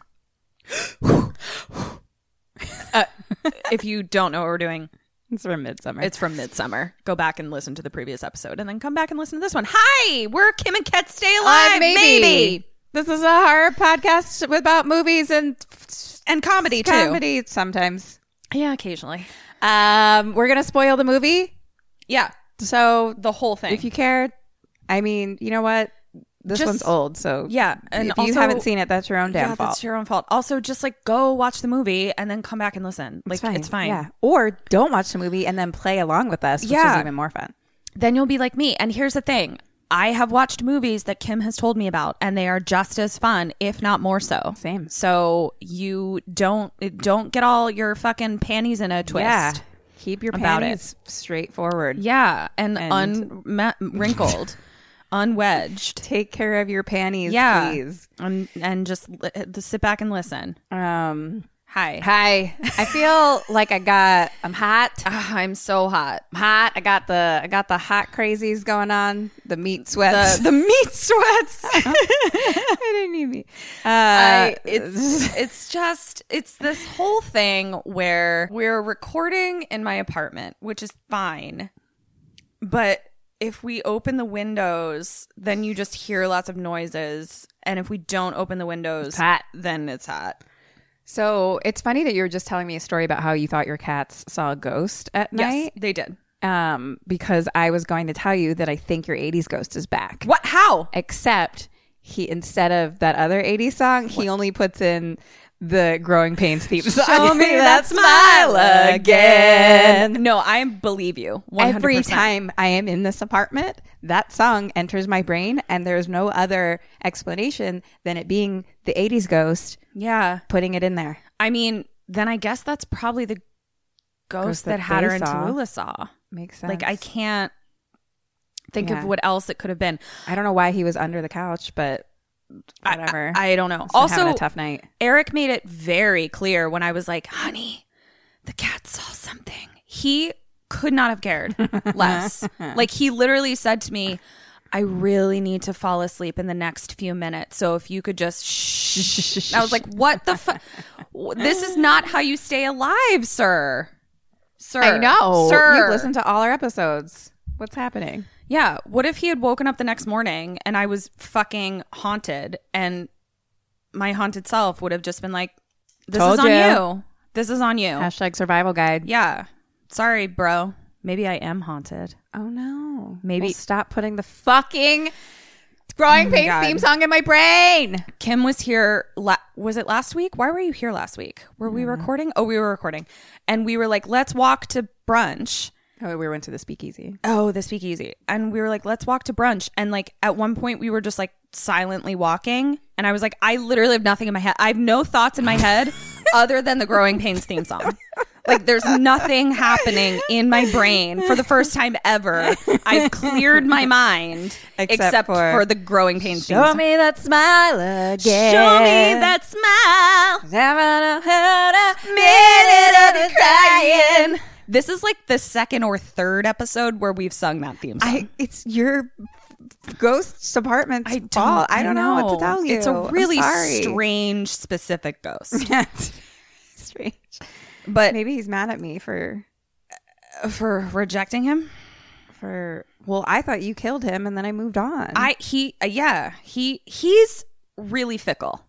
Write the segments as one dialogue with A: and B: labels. A: If you don't know what we're doing,
B: It's from midsummer.
A: It's from Midsummer. Go back and listen to the previous episode and then come back and listen to this one. Hi, we're Kim and Kat Stay Alive.
B: Uh, maybe. This is a horror podcast about movies and
A: And comedy, too.
B: comedy sometimes.
A: Yeah, occasionally.
B: Um, we're gonna spoil the movie,
A: Yeah,
B: so
A: the whole thing.
B: if you care, I mean, you know what? This
A: Just-
B: one's old, so
A: yeah, and
B: if you
A: also-
B: haven't seen it, that's your own damn
A: yeah,
B: fault.
A: that's your own fault. Also, just like go watch the movie and then come back and listen. Like, it's fine.
B: Yeah. Or don't watch the movie and then play along with us, which
A: Yeah.
B: is even more fun.
A: Then you'll be like me. And here's the thing I have watched movies that Kim has told me about, and they are just as fun, if not more so.
B: Same.
A: So you don't don't get all your fucking panties in a twist.
B: Keep your
A: about
B: panties straightforward.
A: Yeah, and,
B: And-
A: un wrinkled, unwedged.
B: Take care of your panties,
A: Yeah,
B: please.
A: and and just li- just sit back and listen.
B: Um,
A: Hi,
B: hi. I feel like I got. I'm hot. I'm
A: Ah, I'm so hot.
B: hot. I got the. I got the hot crazies going on. The meat sweats.
A: The, the meat sweats.
B: I didn't need me. Uh,
A: I, it's it's just it's this whole thing where we're recording in my apartment, which is fine, but if we open the windows, then you just hear lots of noises, and if we don't open the windows,
B: hot.
A: then it's hot.
B: so it's funny that you were just telling me a story about how you thought your cats saw a ghost at
A: Yes,
B: night.
A: they did.
B: Um, because I was going to tell you that I think your '80s ghost is back.
A: What? How?
B: except he instead of that other 80s song he only puts in the growing pains theme song
A: Show me that smile again. No, I believe you. 100%.
B: every time i am in this apartment that song enters my brain and there's no other explanation than it being the 80s ghost
A: Yeah.
B: putting it in there
A: I mean, then I guess that's probably the ghost,
B: Ghost
A: that,
B: that
A: had
B: they
A: her in
B: saw.
A: Tallulah saw.
B: makes sense
A: Like, I can't think
B: Yeah.
A: of what else it could have been.
B: i don't know why he was under the couch but whatever.
A: I, I don't know.
B: also having
A: also,
B: a tough night.
A: Eric made it very clear when I was like, honey, the cat saw something. He could not have cared less. like, he literally said to me, I really need to fall asleep in the next few minutes. So if you could just shh. I was like, what the fuck? This is not how you stay alive, sir. Sir.
B: I know.
A: Sir.
B: You've listened to all our episodes. What's happening?
A: Yeah. What if he had woken up the next morning and I was fucking haunted and my haunted self would have just been like, this
B: Told
A: is on
B: ya.
A: you. This is on you.
B: Hashtag survival guide.
A: Yeah. Sorry, bro. Maybe I am haunted.
B: Oh no.
A: Maybe-
B: Well, stop putting the fucking growing pains
A: God.
B: theme song in Oh my brain.
A: Kim was here. La- was it last week? Why were you here last week? Were we recording? Oh, we were recording. And we were like, let's walk to brunch.
B: Oh, we went to the speakeasy.
A: oh the speakeasy and we were like let's walk to brunch and like at one point we were just like silently walking and i was like i literally have nothing in my head i have no thoughts in my head other than the growing pains theme song like there's nothing happening in my brain for the first time ever i've cleared my mind
B: Except
A: except,
B: for-
A: for, the growing pains theme
B: Show
A: song
B: me that smile again. uh,
A: show me that smile minute of crying. This is like the second or third episode where we've sung that theme song.
B: I, it's your ghost's apartment's fault. I don't know. what to tell you.
A: It's a
B: I'm
A: really
B: sorry.
A: strange, specific ghost.
B: strange.
A: But
B: Maybe he's mad at me for
A: for rejecting him,
B: for. Well, I thought you killed him, and then I moved on.
A: I he uh, yeah he he's really fickle.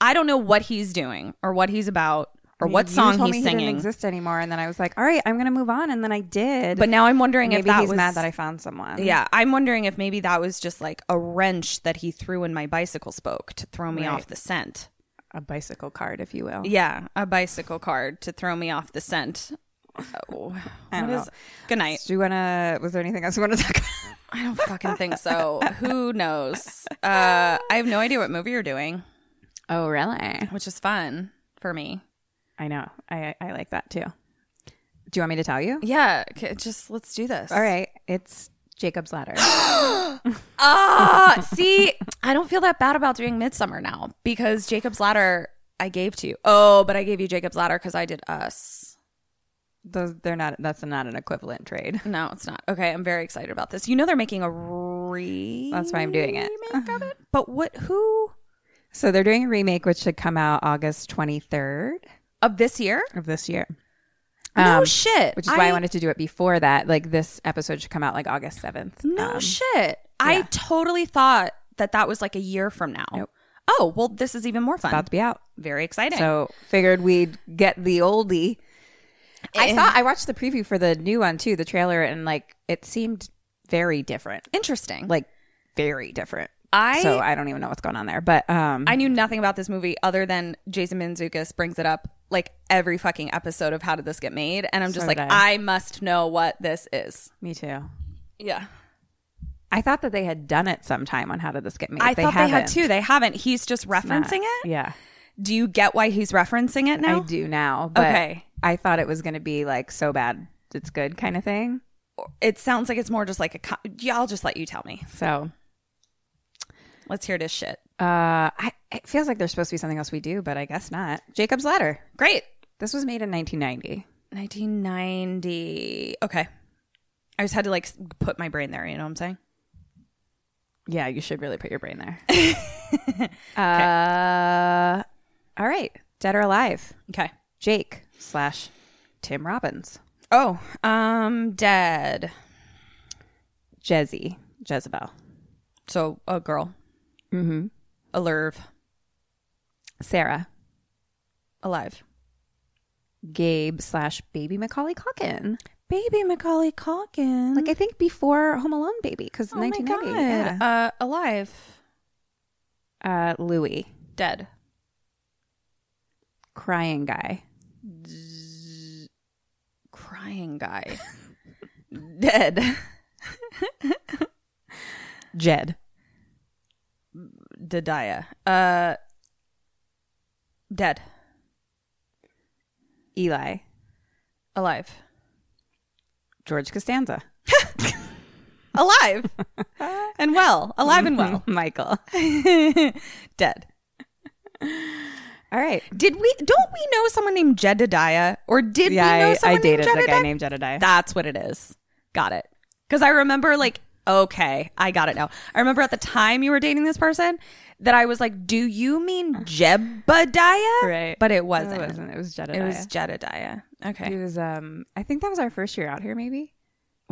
A: I don't know what he's doing or what he's about or what
B: You
A: song
B: told
A: he's
B: me He
A: singing.
B: didn't exist anymore, and then I was like, "All right, I'm gonna move on," and then I did.
A: but now I'm wondering if
B: maybe
A: that
B: he's
A: was
B: mad that I found someone.
A: yeah, I'm wondering if maybe that was just like a wrench that he threw in my bicycle spoke to throw me off the scent.
B: a bicycle card, if you will.
A: Yeah, a bicycle card to throw me off the scent. Oh,
B: I don't
A: what is- good night.
B: Do you wanna? Was there anything else you want to talk? about?
A: I don't fucking think so. Who knows? Uh, I have no idea what movie you're doing,
B: Oh, really?
A: which is fun for me.
B: I know. I I like that too. Do you want me to tell you?
A: Yeah, c- just let's do this.
B: All right, it's Jacob's Ladder.
A: Ah, see, I don't feel that bad about doing Midsummer now because Jacob's Ladder I gave to you. Oh, but I gave you Jacob's Ladder because I did Us.
B: Those they're not. That's not an equivalent trade.
A: No, it's not. Okay, I'm very excited about this. You know they're making a re.
B: That's why I'm doing it.
A: remake of it. But what? Who
B: So they're doing a remake, which should come out August 23rd
A: of this year?
B: of this year.
A: no
B: Um,
A: shit.
B: Which is why I wanted to do it before that. Like this episode should come out like August 7th.
A: No
B: Um,
A: shit. I totally thought that that was like a year from now.
B: Nope.
A: Oh, well, this is even more fun.
B: about to be out.
A: Very exciting.
B: So figured we'd get the oldie.
A: Eh.
B: I saw I watched the preview for the new one too, the trailer, and like it seemed very different.
A: Interesting.
B: Like very different.
A: I
B: so I don't even know what's going on there. But um
A: I knew nothing about this movie other than Jason Manzukis brings it up like every fucking episode of How Did This Get Made? And I'm just
B: So
A: like,
B: did I.
A: I. must know what this is.
B: me too.
A: Yeah.
B: I thought that they had done it sometime on How Did This Get Made.
A: I thought they had
B: haven't.
A: too. They haven't. He's just
B: Not-
A: referencing it.
B: Yeah.
A: Do you get why he's referencing it now?
B: I do now. But
A: Okay.
B: I thought it was going to be like so bad it's good kind of thing.
A: It sounds like it's more just like a. Co- yeah, I'll just let you tell me.
B: So
A: Let's hear this shit.
B: uh, I, it feels like there's supposed to be something else we do, but I guess not. Jacob's Ladder.
A: Great.
B: This was made in 1990.
A: 1990. Okay. I just had to like s- put my brain there. You know what I'm saying?
B: Yeah, you should really put your brain there. uh, all right. Dead or Alive.
A: Okay.
B: Jake slash Tim Robbins.
A: Oh, um, dead.
B: Jezzy. Jezebel.
A: So a girl.
B: Mm-hmm.
A: Alive.
B: Sarah.
A: Alive.
B: Gabe slash Baby Macaulay Culkin.
A: Baby Macaulay Calkin.
B: Like I think before Home Alone Baby because
A: oh
B: 1990.
A: My
B: yeah.
A: God. Uh, alive.
B: uh, Louis,
A: Dead.
B: crying guy,
A: Crying guy. dead.
B: Jed,
A: Dadiah. Uh, dead.
B: Eli,
A: Alive.
B: George Costanza,
A: Alive. and well, alive and well.
B: Michael.
A: Dead.
B: All right.
A: Did we? Don't we know someone named Jedediah? Or did
B: Yeah,
A: we know
B: I- I,
A: someone
B: dated
A: named
B: the
A: Jedediah?
B: guy named Jedediah.
A: That's what it is. Got it. Because I remember, like, okay, I got it now. I remember at the time you were dating this person that I was like, "Do you mean Jebediah?"
B: Right.
A: But it wasn't.
B: it wasn't. It was
A: It
B: Jedediah.
A: was Jedediah.
B: He
A: Okay.
B: was um I think that was our first year out here maybe.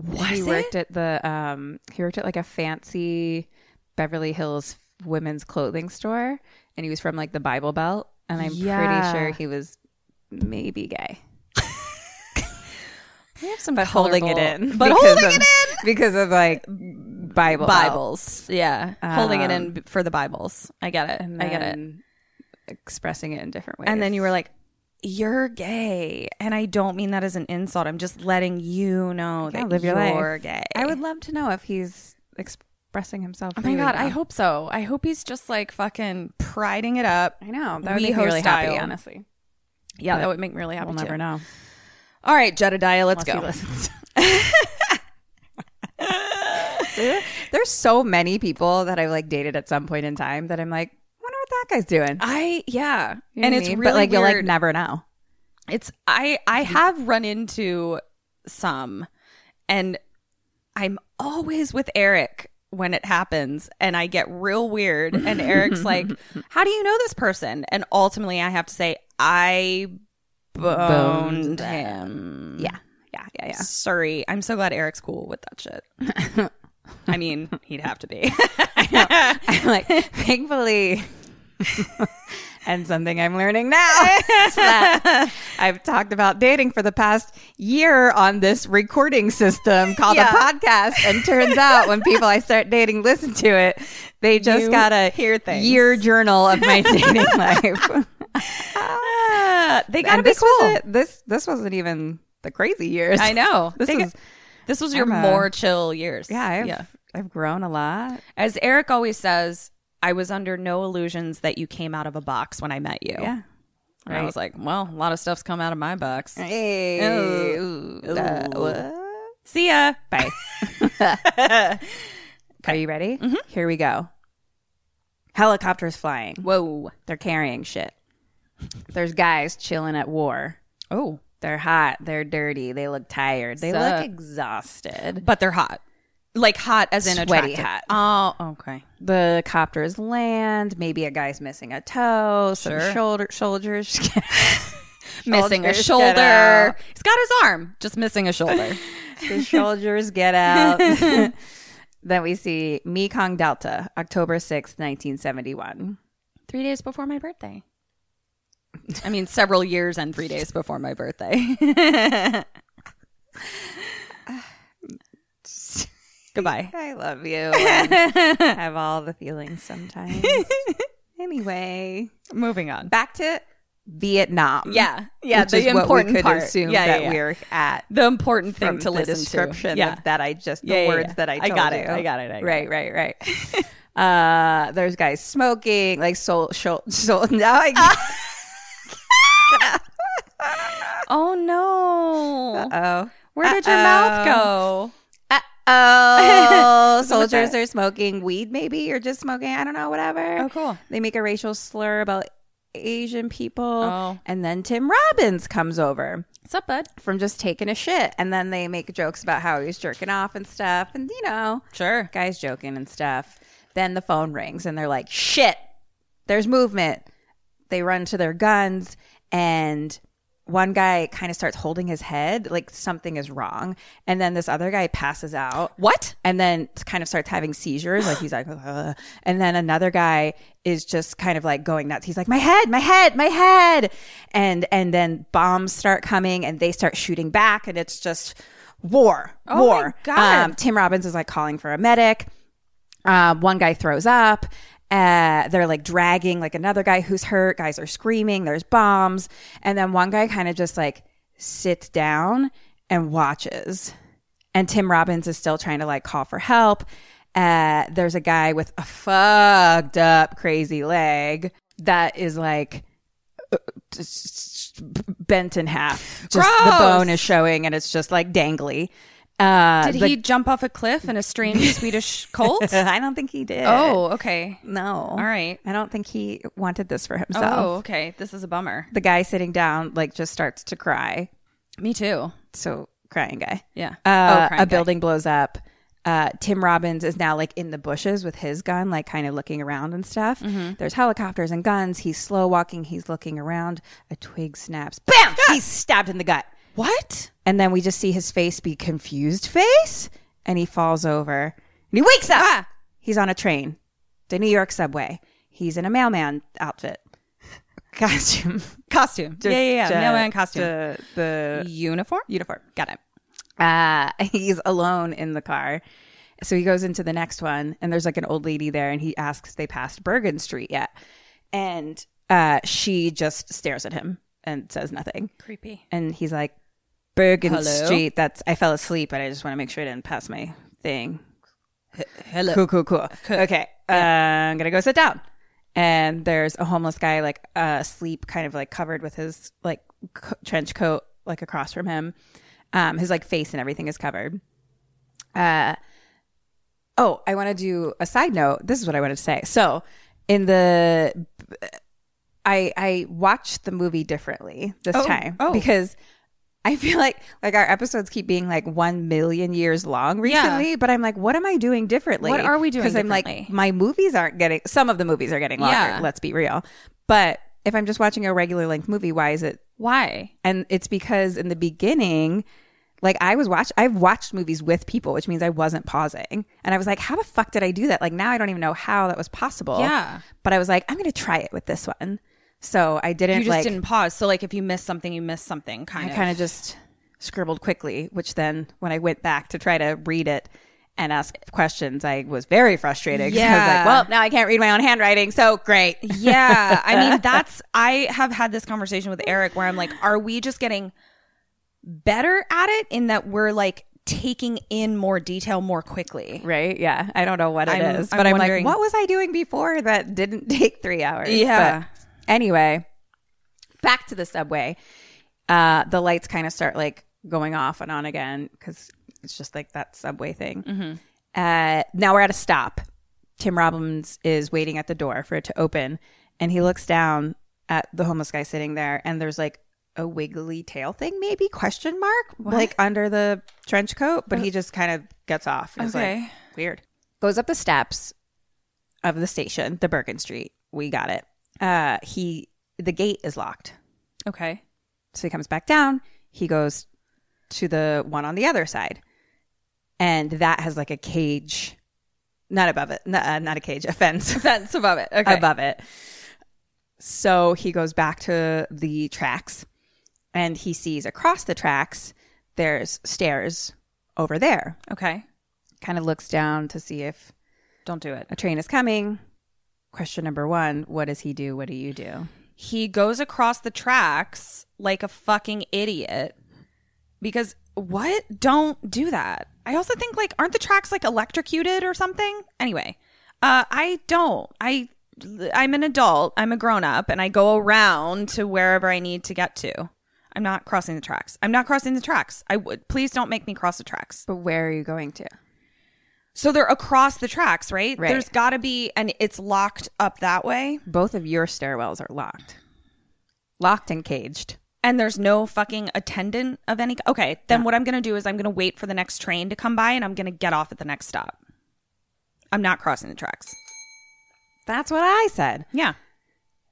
A: Was
B: he
A: it?
B: worked at the um he worked at like a fancy Beverly Hills women's clothing store and he was from like the Bible Belt and I'm
A: Yeah.
B: pretty sure he was maybe gay.
A: We have some
B: But holding it
A: colorable-
B: in.
A: But
B: because
A: holding
B: of-
A: it in
B: because of like Bible Belt.
A: Bibles. Yeah. holding it in b- for the Bibles. I get it.
B: And
A: I get it.
B: then Expressing it in different ways.
A: And then you were like, you're gay. And I don't mean that as an insult. I'm just letting you know
B: Yeah,
A: that
B: live your life.
A: you're gay.
B: I would love to know if he's expressing himself.
A: Oh my god, I hope so. I hope he's just like fucking priding it up.
B: I know. That would
A: We
B: make me really happy,
A: hostile.
B: honestly.
A: Yeah, that would make me really happy.
B: We'll
A: too.
B: never know.
A: All right, Jedediah, let's
B: Unless he
A: go.
B: listens. There- There's so many people that I've like dated at some point in time that I'm like, wonder what that guy's doing.
A: I yeah,
B: You know
A: Uh, and
B: what I
A: it's
B: mean?
A: really
B: but like you'll like
A: weird.
B: never know.
A: it's I I have run into some, and I'm always with Eric when it happens, and I get real weird. And Eric's like, "How do you know this person?" And ultimately, I have to say, I boned, him.
B: Yeah, yeah, yeah, yeah.
A: Sorry. I'm so glad Eric's cool with that shit. I mean, he'd have to be.
B: I'm like, thankfully. and something I'm learning now is that I've talked about dating for the past year on this recording system called
A: Yeah.
B: a podcast. And turns out when people I start dating listen to it, they just
A: You
B: got a
A: hear things.
B: year journal of my dating life.
A: they
B: and
A: gotta be
B: this
A: cool.
B: wasn't this this wasn't even the crazy years.
A: I know.
B: This
A: They
B: is
A: got- this was your
B: I'm a-
A: more chill years.
B: yeah, I've,
A: yeah.
B: I've grown a lot.
A: As Eric always says, I was under no illusions that you came out of a box when I met you.
B: Yeah.
A: And I was like, well, a lot of stuff's come out of my box.
B: Hey.
A: Ooh.
B: Ooh, uh, what?
A: See ya.
B: Bye. Are you ready?
A: Mm-hmm.
B: Here we go. Helicopters flying.
A: Whoa.
B: They're carrying shit. There's guys chilling at war.
A: Oh.
B: They're hot. They're dirty. They look tired. They
A: Sup?
B: look exhausted.
A: But they're hot. Like hot as in
B: Sweaty
A: attractive. hot. Oh, okay.
B: The copters land. Maybe a guy's missing a toe. Some
A: Sure.
B: shoulder soldiers.
A: Missing a
B: Shoulders get
A: shoulder.
B: out.
A: He's got his arm, just missing a shoulder.
B: the soldiers get out. then we see Mekong Delta, October sixth, nineteen seventy one.
A: three days before my birthday. I mean, several years and three days before my birthday. Goodbye.
B: I love you. and have all the feelings sometimes. anyway,
A: Moving on.
B: back to Vietnam.
A: Yeah. Yeah.
B: which
A: the
B: is what
A: important
B: we could
A: part.
B: assume
A: yeah,
B: that
A: yeah, yeah.
B: we're at.
A: the important thing
B: from
A: to
B: the
A: listen
B: description
A: to. Yeah.
B: of that I just the
A: Yeah, yeah,
B: words
A: yeah.
B: that I
A: I
B: told
A: got
B: you.
A: it, I got it, I got
B: right,
A: it.
B: right, right, uh, there's guys smoking, like soul, soul, soul. Now I
A: Oh no.
B: oh.
A: Where did your mouth go?
B: Oh, soldiers are smoking weed, maybe, or just smoking, I don't know, whatever.
A: Oh, cool.
B: They make a racial slur about Asian people.
A: Oh.
B: And then Tim Robbins comes over
A: What's up, bud?
B: from just taking a shit. And then they make jokes about how he's jerking off and stuff. And, you know,
A: Sure.
B: guys joking and stuff. Then the phone rings and they're like, shit, there's movement. They run to their guns and one guy kind of starts holding his head like something is wrong. And then this other guy passes out
A: What?
B: and then kind of starts having seizures. Like he's like, "Ugh." and then another guy is just kind of like going nuts. He's like, my head, my head, my head. And, and then bombs start coming and they start shooting back and it's just war,
A: Oh my
B: war. Um,
A: God.
B: Tim Robbins is like calling for a medic. Um, one guy throws up. Uh, they're like dragging like another guy who's hurt. Guys are screaming. There's bombs. And then one guy kind of just like sits down and watches. And Tim Robbins is still trying to like call for help. Uh, there's a guy with a fucked up crazy leg that is like uh, bent in half. Just the
A: Gross.
B: bone is showing and it's just like dangly. Uh,
A: Did he jump off a cliff in a strange Swedish cult?
B: I don't think he did.
A: Oh, okay.
B: no.
A: All right.
B: I don't think he wanted this for himself.
A: Oh, okay. This is a bummer.
B: The guy sitting down like just starts to cry.
A: Me too.
B: So crying guy.
A: Yeah. Oh,
B: Uh,
A: crying
B: a
A: guy.
B: building blows up. Uh, Tim Robbins is now like in the bushes with his gun, like kind of looking around and stuff.
A: Mm-hmm.
B: There's helicopters and guns. He's slow walking. He's looking around. A twig snaps. Bam! He's stabbed in the gut.
A: What?
B: And then we just see his face be confused face. And he falls over. And he wakes up.
A: Ah.
B: He's on a train, the New York subway. He's in a mailman outfit, costume.
A: Costume. yeah, yeah, yeah.
B: Ju-
A: Mailman costume.
B: The, the
A: Uniform?
B: uniform.
A: Got it.
B: Uh, he's alone in the car. So he goes into the next one, and there's like an old lady there, and he asks if they passed Bergen Street yet. And uh, she just stares at him and says nothing.
A: Creepy.
B: And he's like, Bergen
A: Hello?
B: Street, that's, I fell asleep, but I just want to make sure I didn't pass my thing. Hello. Cool, cool, cool. Okay. Uh, I'm going to go sit down. And there's a homeless guy, like, uh, asleep, kind of like covered with his, like, co- trench coat, like, across from him. Um, his, like, face and everything is covered. Uh, Oh, I want to do a side note. This is what I wanted to say. So, in the I I watched the movie differently this
A: Oh,
B: time
A: oh.
B: because I feel like like our episodes keep being like 1 million years long recently, but I'm like what am I doing differently?
A: What are we doing
B: Cuz I'm like
A: differently?
B: my movies aren't getting some of the movies are getting longer,
A: Yeah.
B: let's be real. But if I'm just watching a regular length movie, why is it
A: Why?
B: and it's because in the beginning like i was watch i've watched movies with people which means i wasn't pausing and i was like how the fuck did i do that like now i don't even know how that was possible
A: Yeah.
B: but i was like i'm gonna try it with this one so i didn't
A: You just
B: like
A: didn't pause. So, like, if you miss something, you miss something, kind
B: i
A: of.
B: kind of just scribbled quickly which then when i went back to try to read it and ask questions i was very frustrated 'cause i was
A: Yeah.
B: like well now i can't read my own handwriting so great
A: Yeah. I mean, that's, I have had this conversation with Eric where I'm like, are we just getting better at it in that we're like taking in more detail more quickly?
B: Right? Yeah. I don't know what it
A: I'm-
B: is,
A: I'm
B: but I'm, like,
A: wondering-
B: what was I doing before that didn't take three hours?
A: Yeah.
B: But anyway, back to the subway. Uh, the lights kind of start like going off and on again because it's just like that subway thing.
A: Mm-hmm.
B: Uh, now we're at a stop. Tim Robbins is waiting at the door for it to open, and he looks down at the homeless guy sitting there, and there's like a wiggly tail thing, maybe question mark, like under the trench coat, but he just kind of gets off. It's like,
A: Okay.
B: weird. Goes up the steps of the station, the Bergen Street. We got it. Uh, he the gate is locked,
A: Okay.
B: so he comes back down. He goes to the one on the other side, and that has like a cage, not above it, n- uh, not a cage, a fence,
A: Fence above it. Okay.
B: above it. So he goes back to the tracks and he sees across the tracks there's stairs over there.
A: Okay.
B: Kind of looks down to see if
A: Don't do it.
B: a train is coming. Question number one What does he do? What do you do?
A: He goes across the tracks like a fucking idiot because what? Don't do that. I also think like aren't the tracks like electrocuted or something? Anyway, uh I don't. I I'm an adult. I'm a grown up and I go around to wherever I need to get to. I'm not crossing the tracks. I'm not crossing the tracks. I would please don't make me cross the tracks.
B: But where are you going to?
A: So they're across the tracks, right?
B: Right.
A: There's got to be and it's locked up that way.
B: Both of your stairwells are locked, locked and caged.
A: and there's no fucking attendant of any okay then what i'm gonna do is i'm gonna wait for the next train to come by and i'm gonna get off at the next stop i'm not crossing the tracks
B: That's what I said.
A: yeah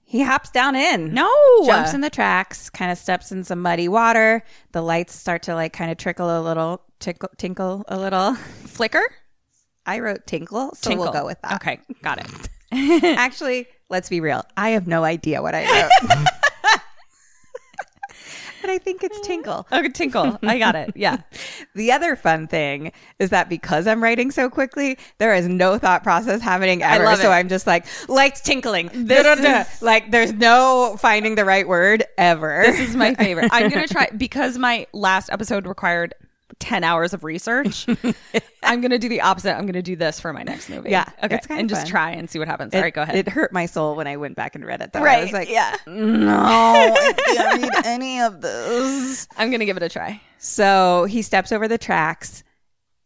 B: He hops down in.
A: no
B: jumps in the tracks, kind of steps in some muddy water. The lights start to like kind of trickle a little, tickle, tinkle a little.
A: flicker
B: I wrote tinkle, so
A: Tinkle.
B: we'll go with that.
A: okay got it
B: Actually, let's be real. I have no idea what I wrote. but I think it's tinkle.
A: okay tinkle i got it yeah
B: The other fun thing is that because I'm writing so quickly, there is no thought process happening ever.
A: love
B: so
A: it.
B: I'm just like lights tinkling.
A: This
B: Da-da-da.
A: is-
B: like there's no finding the right word ever.
A: this is my favorite i'm gonna try because my last episode required 10 hours of research i'm gonna do the opposite i'm gonna do this for my next movie
B: Yeah,
A: okay
B: it's kinda
A: and just
B: fun.
A: try and see what happens all right go ahead
B: It hurt my soul when I went back and read it. Though. I was like,
A: yeah
B: no, I can't read any of this.
A: i'm gonna give it a try
B: So he steps over the tracks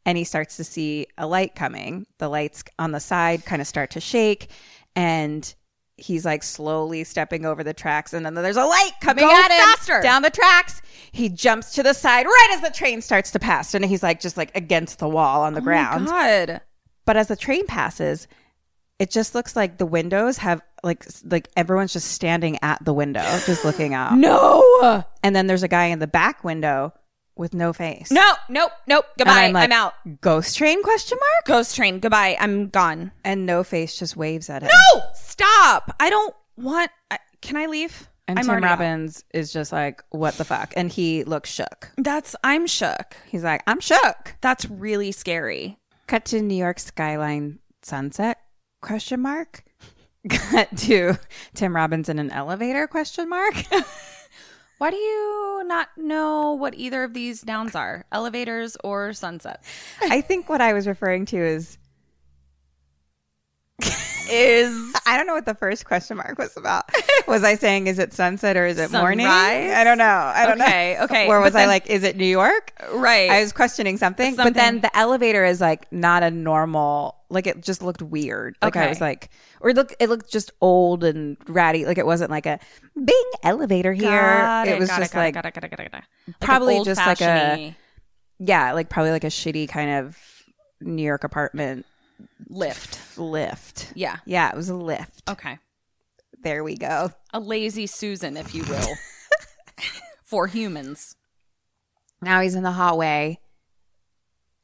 B: and he starts to see a light coming. The lights on the side kind of start to shake, and he's like slowly stepping over the tracks. And then there's a light coming
A: Go
B: at him
A: faster.
B: down the tracks. He jumps to the side right as the train starts to pass, and he's like just like against the wall on the ground.
A: Oh God.
B: But as the train passes, it just looks like the windows have like s- like everyone's just standing at the window, just looking out.
A: No.
B: And then there's a guy in the back window with no face.
A: No, nope, nope.
B: And
A: Goodbye. I'm,
B: like,
A: out.
B: Ghost train question mark?
A: Ghost train. Goodbye. I'm gone.
B: And no face just waves at him.
A: No, stop. I don't want. I, can I leave?
B: And
A: I'm
B: Tim
A: already out.
B: Robbins is just like, what the fuck? And he looks shook.
A: That's. I'm shook.
B: He's like, I'm shook.
A: That's really scary.
B: Cut to New York skyline sunset question mark. Cut to Tim Robbins in an elevator question mark.
A: Why do you not know what either of these downs are? Elevators or sunsets?
B: I think what I was referring to is
A: Is
B: I don't know what the first question mark was about. Was I saying is it sunset or is it morning?
A: Sunrise?
B: I don't know. I don't
A: Okay,
B: know.
A: okay.
B: Or
A: But
B: was I
A: then-
B: like, is it New York?
A: right.
B: I was questioning something, but then
A: Something.
B: the elevator is like not a normal. Like it just looked weird. Like I
A: Okay.
B: was like, or it looked it looked just old and ratty. Like it wasn't like a bing elevator here.
A: Got
B: it was
A: got
B: just
A: got
B: like
A: got it, got it, got it, got it. Like an
B: probably just like a
A: old-fashioned-y
B: yeah, like probably like a shitty kind of New York apartment
A: lift.
B: lift.
A: Yeah.
B: Yeah, it was a lift.
A: Okay.
B: There we go.
A: A lazy Susan, if you will, for humans.
B: Now he's in the hallway.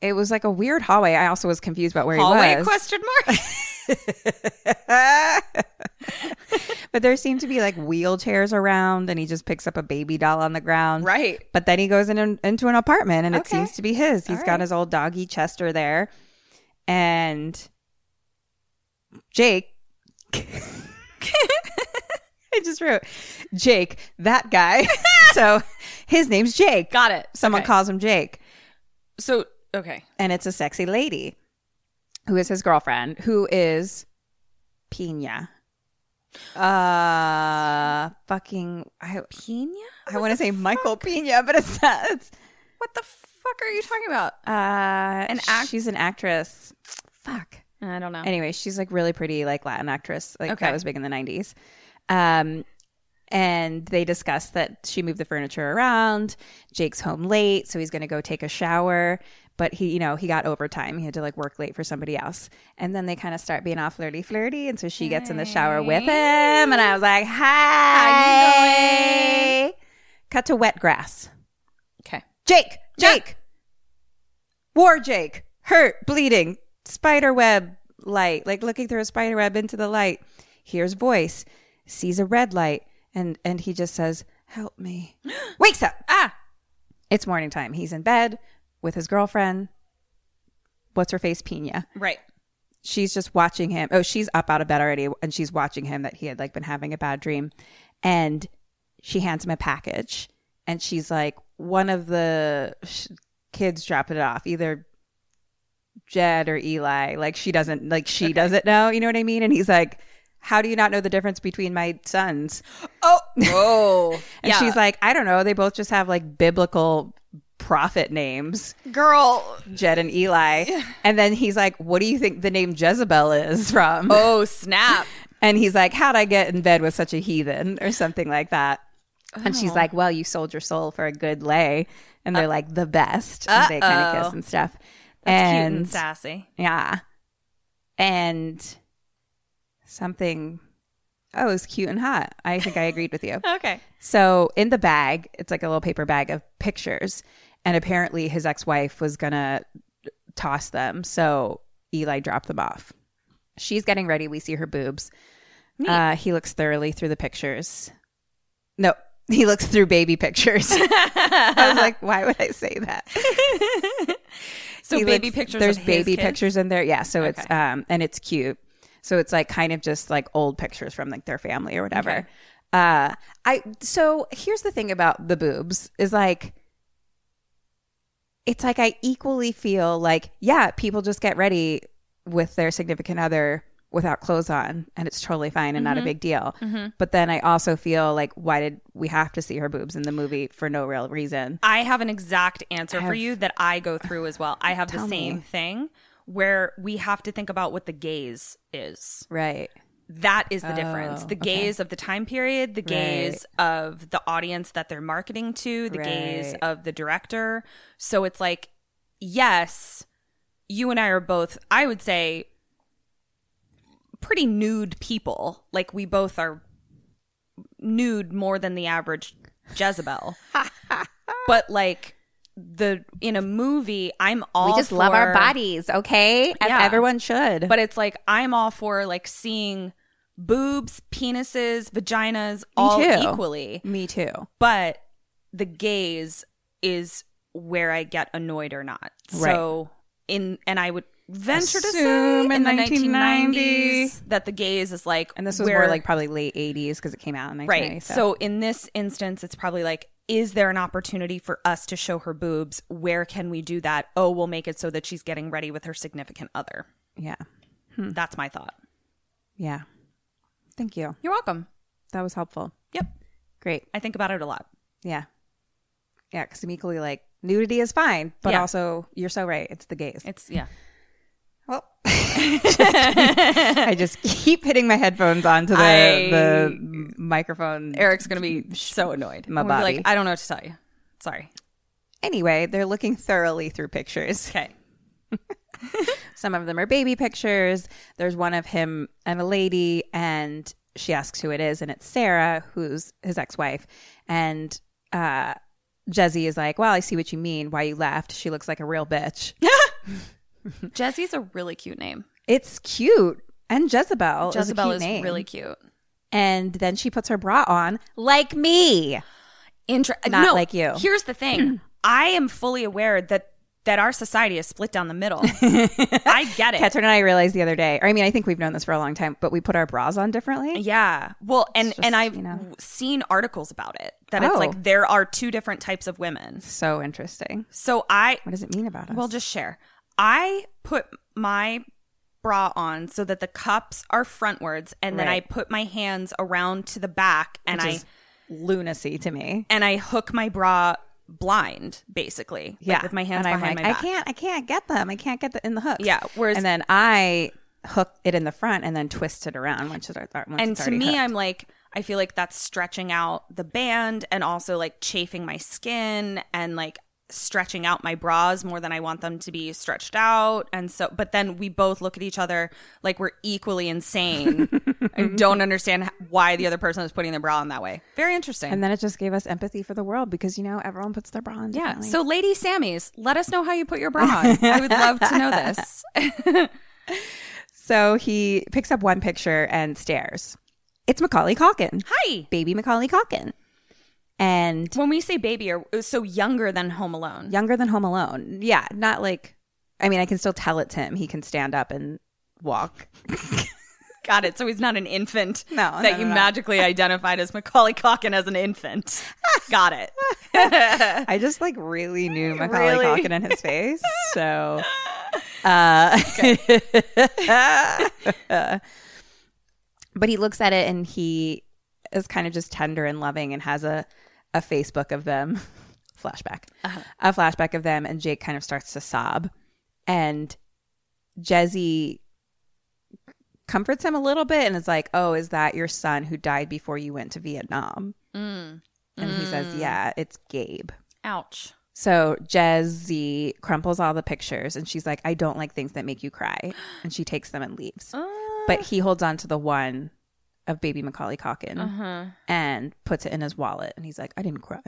B: It was like a weird hallway. I also was confused about where
A: Hallway
B: he was.
A: question mark.
B: But there seemed to be like wheelchairs around, and he just picks up a baby doll on the ground.
A: Right.
B: But then he goes in into an apartment, and it
A: Okay.
B: seems to be his. He's
A: All
B: got
A: right.
B: his old doggy Chester there, and Jake. I just wrote Jake, that guy. so his name's Jake.
A: Got it.
B: Someone
A: Okay.
B: calls him Jake.
A: So okay.
B: and it's a sexy lady who is his girlfriend, who is Pina. Uh, fucking. I,
A: Pina?
B: I want to say Michael Pina, but it's not. It's,
A: What the fuck are you talking about?
B: uh, an
A: act-
B: She's an actress. Fuck.
A: I don't know.
B: Anyway, she's like really pretty, like Latin actress. Like
A: Okay.
B: that was big in the nineties. Um, and they discussed that she moved the furniture around. Jake's home late, so he's going to go take a shower. But he, you know, he got overtime. He had to like work late for somebody else. And then they kind of start being all flirty, flirty. And so she gets in the shower with him. And I was like, "Hi." How you going? Cut to wet grass.
A: okay.
B: Jake, Jake, War Jake, hurt, bleeding, spider web light, like looking through a spider web into the light. Hears voice, sees a red light, and and he just says, "Help me!" Wakes up. Ah, it's morning time. He's in bed with his girlfriend. What's her face, Pina?
A: Right.
B: she's just watching him. Oh, she's up out of bed already and she's watching him that he had like been having a bad dream. And she hands him a package and she's like, one of the sh- kids dropping it off, either Jed or Eli. Like she doesn't, like she doesn't know. You know what I mean? And he's like, how do you not know the difference between my sons?
A: Oh. Whoa.
B: And she's like, I don't know. They both just have like biblical prophet names.
A: girl.
B: Jed and Eli. And then he's like, What do you think the name Jezebel is from?
A: Oh snap.
B: And he's like, How'd I get in bed with such a heathen or something like that? And she's like, Well, you sold your soul for a good lay. And they're like, The best. And they kind of kiss and stuff. and,
A: sassy.
B: yeah. And something, oh, it was cute and hot. I think I agreed with you.
A: Okay.
B: So in the bag, it's like a little paper bag of pictures, and apparently his ex-wife was gonna toss them, so Eli dropped them off. She's getting ready. We see her boobs. Uh, he looks thoroughly through the pictures. No, he looks through baby pictures. I was like, why would I say that?
A: So
B: He
A: baby
B: looks-
A: pictures.
B: There's
A: of his
B: baby
A: kids?
B: pictures in there. Yeah, so it's
A: Okay.
B: um and it's cute. So it's like kind of just like old pictures from like their family or whatever.
A: Okay.
B: Uh I so here's the thing about the boobs is like it's like I equally feel like yeah, people just get ready with their significant other without clothes on and it's totally fine and
A: Mm-hmm.
B: not a big deal. But then I also feel like why did we have to see her boobs in the movie for no real reason?
A: I have an exact answer for
B: have-
A: you that I go through as well. I have the
B: Tell me.
A: same thing where we have to think about what the gaze is.
B: Right.
A: That is the difference.
B: Oh,
A: The
B: okay.
A: gaze of the time period, the gaze of the audience that they're marketing to, the gaze
B: Right.
A: of the director. So it's like, yes, you and I are both, I would say, pretty nude people. Like we both are nude more than the average Jezebel. but like the in a movie, I'm all
B: we just love our
A: for-
B: bodies, okay? As
A: Yeah.
B: everyone should.
A: but it's like I'm all for like seeing boobs, penises, vaginas all
B: too.
A: equally.
B: me too.
A: But the gaze is where I get annoyed or not. So in and I would venture to say
B: Assume
A: in,
B: in
A: the
B: 1990.
A: 1990s that the gaze is like
B: And this was
A: where-
B: more like probably late 80s because it came out in
A: right.
B: 1997.
A: So in this instance it's probably like is there an opportunity for us to show her boobs? Where can we do that? Oh, we'll make it so that she's getting ready with her significant other.
B: yeah. Hmm.
A: That's my thought.
B: Yeah. Thank you.
A: You're welcome.
B: That was helpful.
A: Yep.
B: Great.
A: I think about it a lot.
B: Yeah. Yeah, because I'm equally like nudity is fine, but
A: Yeah.
B: also you're so right. It's the gaze.
A: It's yeah.
B: Well, I just keep hitting my headphones onto the,
A: I-
B: the microphone.
A: Eric's gonna be so annoyed.
B: My
A: I'm gonna be
B: body.
A: Like I don't know what to tell you. Sorry.
B: Anyway, they're looking thoroughly through pictures.
A: Okay.
B: Some of them are baby pictures. There's one of him and a lady, and she asks who it is, and it's Sarah, who's his ex wife. And uh, Jezzy is like, Well, I see what you mean, why you left. She looks like a real bitch.
A: Jessie's a really cute name.
B: it's cute. And Jezebel,
A: Jezebel
B: is, a cute
A: Oh, is
B: name.
A: really cute.
B: And then she puts her bra on, like me.
A: Inter-
B: Not like you.
A: Here's the thing. I am fully aware that that our society is split down the middle. I get it.
B: Catherine and I realized the other day, or I mean, I think we've known this for a long time, but we put our bras on differently.
A: Yeah. Well, and
B: just,
A: and I've
B: you know.
A: w- seen articles about it that it's
B: Oh.
A: like there are two different types of women.
B: So interesting.
A: So I
B: What does it mean about us?
A: We'll just share. I put my bra on so that the cups are frontwards, and then I
B: Right.
A: put my hands around to the back, and
B: Which
A: I
B: is lunacy to me.
A: and I hook my bra blind, basically. Like, with my hands
B: and I'm
A: behind
B: like,
A: my back.
B: I can't, I can't get them. I can't get the, in the hook.
A: Yeah, whereas-
B: and then I hook it in the front and then twist it around once it's, once
A: And
B: it's
A: to
B: already
A: me,
B: hooked.
A: I'm like, I feel like that's stretching out the band and also like chafing my skin and like stretching out my bras more than I want them to be stretched out. And so, but then we both look at each other like we're equally insane and don't understand h- why the other person is putting their bra on that way. Very interesting.
B: and then it just gave us empathy for the world because you know everyone puts their bra on.
A: yeah.
B: differently.
A: So, Lady Sammy's, let us know how you put your bra on. I would love to know this.
B: so he picks up one picture and stares. It's Macaulay Calkin,
A: Hi.
B: baby Macaulay Calkin, and
A: When we say baby, or so younger than Home Alone.
B: younger than Home Alone. Yeah, not like. I mean, I can still tell it's him. He can stand up and walk.
A: Got it. So he's not an infant
B: No,
A: that
B: no, no,
A: you
B: no.
A: magically identified as Macaulay Calkin as an infant. Got it.
B: I just like really knew Macaulay
A: Really?
B: Culkin in his face. So, uh, but he looks at it and he is kind of just tender and loving and has a, a Facebook of them flashback, a flashback of them. And Jake kind of starts to sob and Jezzy comforts him a little bit and is like, Oh, is that your son who died before you went to Vietnam? And he says, Yeah, it's Gabe.
A: Ouch.
B: So Jezzy crumples all the pictures and she's like, I don't like things that make you cry. And she takes them and leaves. but he holds on to the one of baby Macaulay Calkin and puts it in his wallet. And he's like, I didn't cry.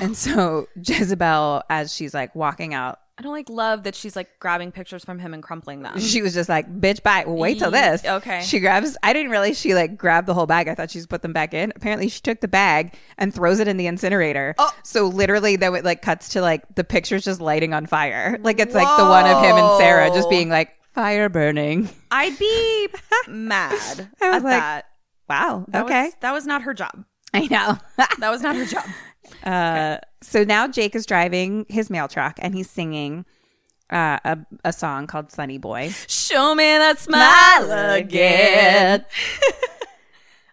B: and so Jezebel, as she's like walking out,
A: I don't like love that she's like grabbing pictures from him and crumpling them.
B: she was just like, bitch, bye. Well, wait till this.
A: Okay.
B: She grabs, I didn't realize she like grabbed the whole bag. I thought she's put them back in. Apparently, she took the bag and throws it in the incinerator. Oh. So literally, though, it like cuts to like the pictures just lighting on fire. Like it's like the one of him and Sarah just being like, fire burning.
A: I'd be mad
B: I was
A: at
B: like,
A: that.
B: Wow.
A: That
B: okay.
A: Was, that was not her job.
B: I know.
A: That was not her job.
B: so now Jake is driving his mail truck and he's singing uh, a, a song called Sunny Boy.
A: Show me that smile again.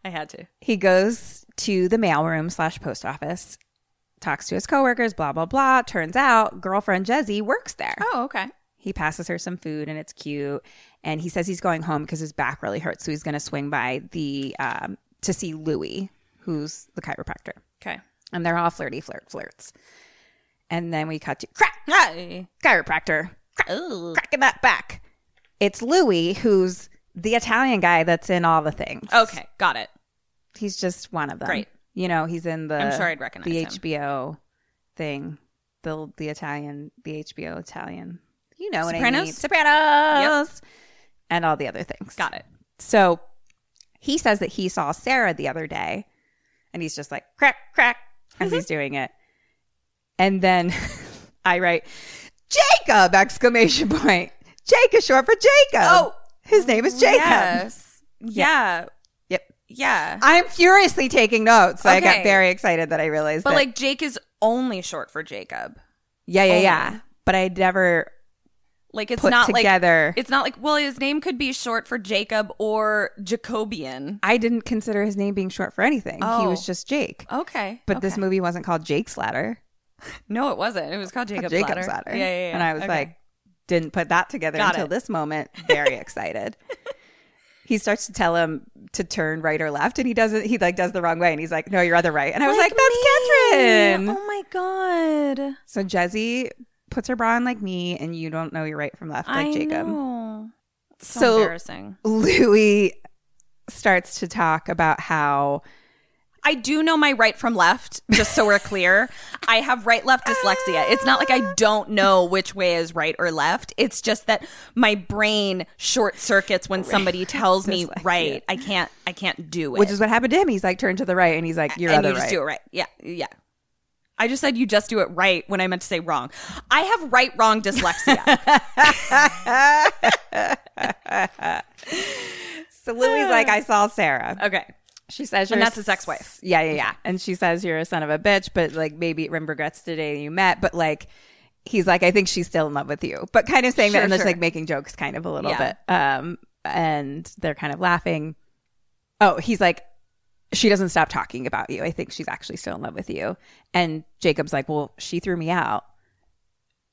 A: I had to.
B: He goes to the mailroom slash post office, talks to his coworkers, blah, blah, blah. Turns out girlfriend Jezzy works there.
A: Oh, okay.
B: He passes her some food and it's cute. And he says he's going home because his back really hurts. So he's going to swing by the um, to see Louie, who's the chiropractor.
A: Okay.
B: And they're all flirty flirt flirts. And then we cut to crack, chiropractor, crack, cracking that back. It's Louie, who's the Italian guy that's in all the things.
A: Okay, got it.
B: He's just one of them.
A: Great.
B: You know, he's in the
A: I'm sure I'd recognize
B: the
A: him.
B: HBO thing. The the Italian, the HBO Italian. You know what I
A: Sopranos?
B: mean. Sopranos. And all the other things.
A: Got it.
B: So he says that he saw Sarah the other day and he's just like crack crack
A: Mm-hmm.
B: as he's doing it. And then I write Jacob exclamation point. Jake is short for Jacob.
A: Oh,
B: his name is Jacob.
A: Yes. Yeah.
B: Yep.
A: Yeah.
B: I'm furiously taking notes. I got
A: Okay.
B: very excited that I realized
A: but
B: that-
A: like oh. Jake is only short for Jacob.
B: yeah, yeah,
A: only.
B: yeah. But I never
A: Like it's
B: put
A: not
B: together.
A: like it's not like well his name could be short for Jacob or Jacobian.
B: I didn't consider his name being short for anything. He
A: Oh.
B: was just Jake.
A: Okay.
B: But this
A: okay.
B: movie wasn't called Jake's Ladder.
A: No, it wasn't. It was called Jacob's,
B: Jacob's
A: Ladder.
B: Ladder.
A: Yeah, yeah, yeah.
B: And I was
A: Okay.
B: like, didn't put that together
A: Got
B: until
A: it.
B: this moment. Very excited. He starts to tell him to turn right or left, and he doesn't. He like does the wrong way, and he's like, "No, you're other right." And I was like, "That's
A: me.
B: Catherine."
A: Oh my god.
B: So Jezzy puts her bra on like me, and you don't know your right from left, like
A: I
B: Jacob.
A: know. So,
B: So-
A: embarrassing.
B: Louis starts to talk about how
A: I do know my right from left, just so we're clear. I have right left dyslexia. It's not like I don't know which way is right or left. It's just that my brain short circuits when somebody tells me
B: Dyslexia.
A: right. I can't I can't do it.
B: which is what happened to him. He's like, turn to the right, and he's like, you're
A: and
B: other
A: you just
B: right.
A: do it right. Yeah. Yeah. I just said you just do it right when I meant to say wrong. I have right wrong dyslexia.
B: So Louis like, I saw Sarah.
A: okay.
B: She says,
A: And
B: you're
A: that's his ex-wife.
B: Yeah, yeah, yeah. And she says you're a son of a bitch, but like maybe Rim regrets the day you met. But like, he's like, I think she's still in love with you. But kind of saying that
A: Sure,
B: and just
A: sure.
B: like making jokes, kind of a little
A: Yeah.
B: bit. Um, and they're kind of laughing. Oh, he's like, she doesn't stop talking about you. I think she's actually still in love with you. And Jacob's like, well, she threw me out.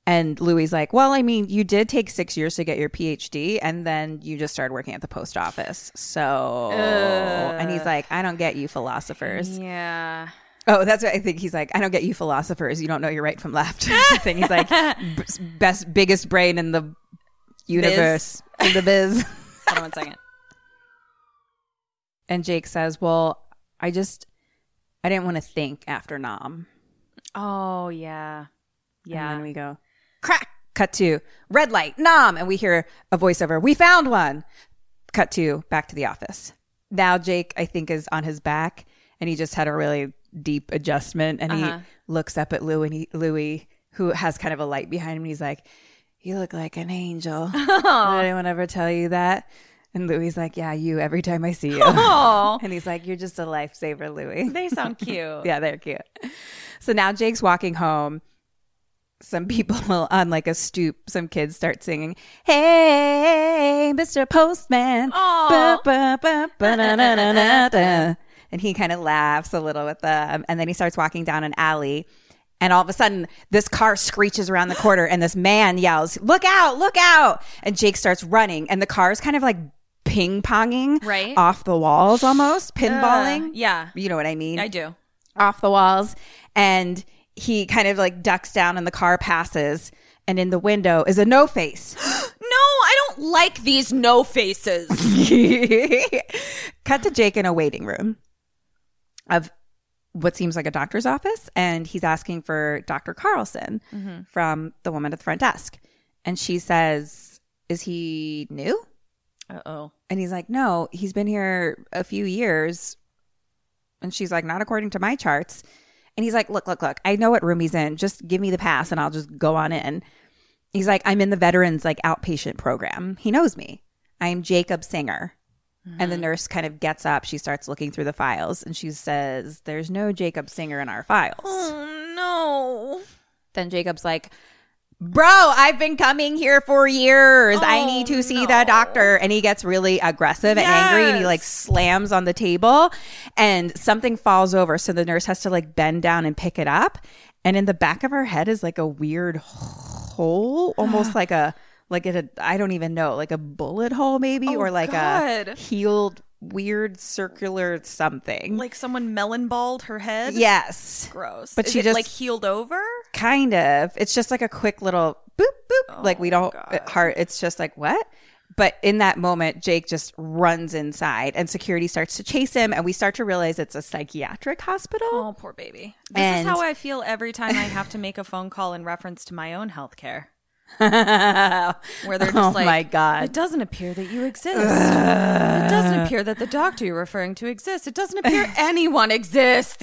B: And Louis like, well, I mean, you did take six years to get your PhD, and then you just started working at the post office. So, and he's like, I don't get you philosophers.
A: Yeah.
B: Oh, that's what I think. He's like, I don't get you philosophers. You don't know your right from left. or something. He's like, b- best, biggest brain in the universe, in the biz.
A: Hold on one second.
B: And Jake says, well, I just, I didn't want to think after Nom.
A: Oh yeah.
B: Yeah. And then
A: Yeah.
B: we go, crack, cut to red light, nom. And we hear a voiceover, we found one. Cut to back to the office. Now Jake, I think, is on his back and he just had a really deep adjustment and
A: Uh-huh.
B: he looks up at Lou and he, Louie, who has kind of a light behind him. And he's like, you look like an angel. Did anyone ever tell you that? And Louie's like, yeah, you every time I see you.
A: Oh.
B: And he's like, you're just a lifesaver, Louie.
A: They sound cute.
B: Yeah, they're cute. So now Jake's walking home. Some people on like a stoop, some kids start singing, Hey, Mr. Postman. Ba, ba, ba, ba, na, na, na, na, da. And he kind of laughs a little with them. And then he starts walking down an alley. And all of a sudden, this car screeches around the corner and this man yells, Look out, look out. And Jake starts running. And the car is kind of like ping ponging
A: Right.
B: off the walls almost, pinballing.
A: Yeah.
B: You know what I mean?
A: I do.
B: off the walls and he kind of like ducks down and the car passes and in the window is a no face
A: No, I don't like these no faces.
B: cut to jake in a waiting room of what seems like a doctor's office and he's asking for dr carlson from the woman at the front desk and she says is he new
A: Uh oh.
B: and he's like, no, he's been here a few years. And she's like, not according to my charts. And he's like, look, look, look, I know what room he's in. Just give me the pass and I'll just go on in. He's like, I'm in the veterans like outpatient program. He knows me. I am Jacob Singer. And the nurse kind of gets up. She starts looking through the files and she says, There's no Jacob Singer in our files.
A: Oh no.
B: Then Jacob's like, Bro, I've been coming here for years. I need to see the doctor. And he gets really aggressive and angry and he like slams on the table and something falls over. So the nurse has to like bend down and pick it up. And in the back of her head is like a weird hole, almost like a, like it, a, I don't even know, like a bullet hole maybe, or like a
A: God.
B: healed, weird circular something.
A: Like someone melon balled her head.
B: yes.
A: Gross.
B: But
A: Is
B: she
A: it,
B: just-
A: like healed over.
B: kind of it's just like a quick little boop
A: Oh
B: boop like we don't heart it's just like what but in that moment jake just runs inside and security starts to chase him and we start to realize it's a psychiatric hospital
A: Oh, poor baby. This is
B: And-
A: how I feel every time I have to make a phone call in reference to my own healthcare. Where they're just
B: Oh
A: like,
B: my God.
A: It doesn't appear that you exist. it doesn't appear that the doctor you're referring to exists. It doesn't appear anyone exists.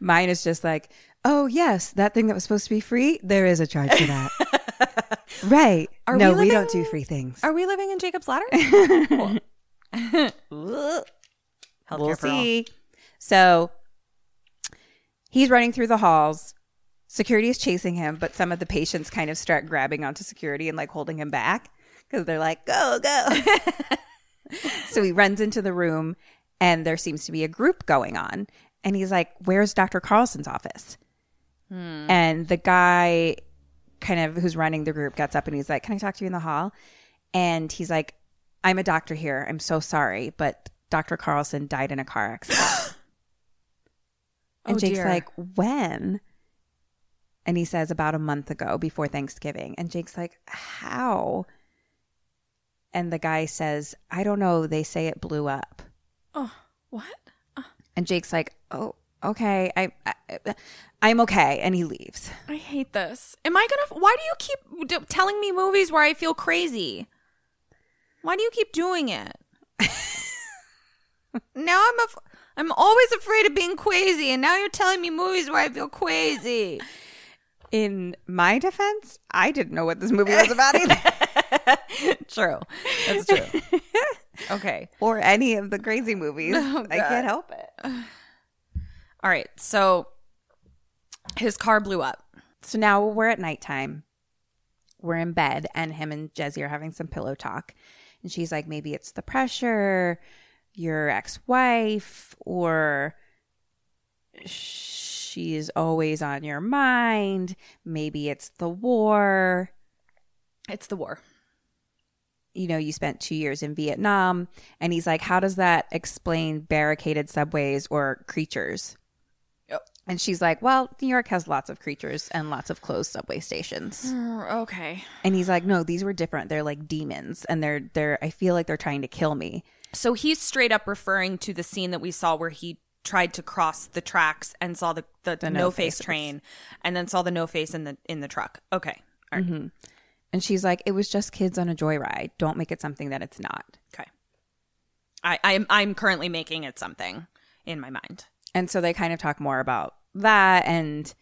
B: mine is just like oh yes that thing that was supposed to be free there is a charge for that right no
A: we
B: we, don't
A: living-
B: do free things
A: Are we living in Jacob's Ladder? Healthcare
B: we'll
A: for all.
B: see. So he's running through the halls. Security is chasing him, but some of the patients kind of start grabbing onto security and like holding him back because they're like, go, go. so he runs into the room and there seems to be a group going on. And he's like, where's Dr. Carlson's office?
A: Hmm.
B: And the guy kind of who's running the group gets up and he's like, Can I talk to you in the hall? And he's like, I'm a doctor here. I'm so sorry, but Dr. Carlson died in a car accident. and
A: Oh,
B: Jake's
A: dear.
B: like, When? And he says, About a month ago before Thanksgiving. And Jake's like, How? And the guy says, I don't know. They say it blew up.
A: What?
B: And Jake's like, Oh, okay. I, I I'm okay. And he leaves.
A: I hate this. Am I gonna? Why do you keep d- telling me movies where I feel crazy? Why do you keep doing it? now I'm af- I'm always afraid of being crazy, and now you're telling me movies where I feel crazy.
B: In my defense, I didn't know what this movie was about either,
A: true, that's true. okay,
B: or any of the crazy movies. I can't help it.
A: all right. So his car blew up.
B: So now we're at nighttime. We're in bed, and him and Jesse are having some pillow talk. And she's like, maybe it's the pressure, your ex wife, or she's always on your mind. Maybe it's the war.
A: It's the war.
B: you know, you spent two years in Vietnam. And he's like, How does that explain barricaded subways or creatures? And she's like, Well, New York has lots of creatures and lots of closed subway stations.
A: Okay.
B: And he's like, No, these were different. They're like demons and they're they're I feel like they're trying to kill me.
A: So he's straight up referring to the scene that we saw where he tried to cross the tracks and saw the, the, no face
B: no-faces.
A: train and then saw the no face in the in the truck. Okay. All right.
B: And she's like, It was just kids on a joyride. Don't make it something that it's not.
A: Okay. I, I'm I'm currently making it something in my mind.
B: And so they kind of talk more about that and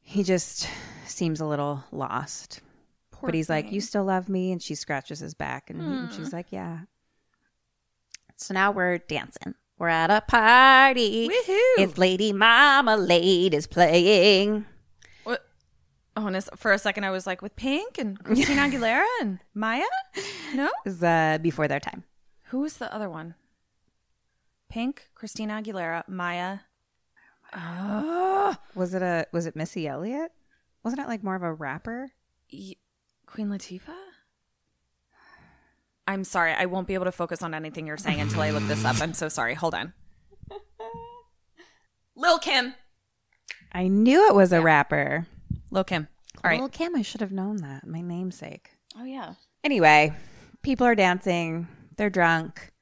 B: he just seems a little lost. but he's like, "You still love me," and she scratches his back, and, he- and she's like, "Yeah." So now we're dancing. We're at a party.
A: Woohoo.
B: It's Lady Marmalade is playing.
A: What? Oh, and it's- for a second I was like, with Pink and Christina Aguilera and Maya? No?
B: Is uh, before their time.
A: Who was the other one? Pink, Christina Aguilera, Maya. Oh,
B: Was it a? Was it Missy Elliott? Wasn't it like more of a rapper?
A: Ye- Queen Latifah? I'm sorry. I won't be able to focus on anything you're saying until I look this up. I'm so sorry. Hold on. Lil Kim.
B: I knew it was a rapper.
A: Lil Kim. All right.
B: Well, Kim, I should have known that. My namesake.
A: Oh, yeah.
B: Anyway, people are dancing. They're drunk.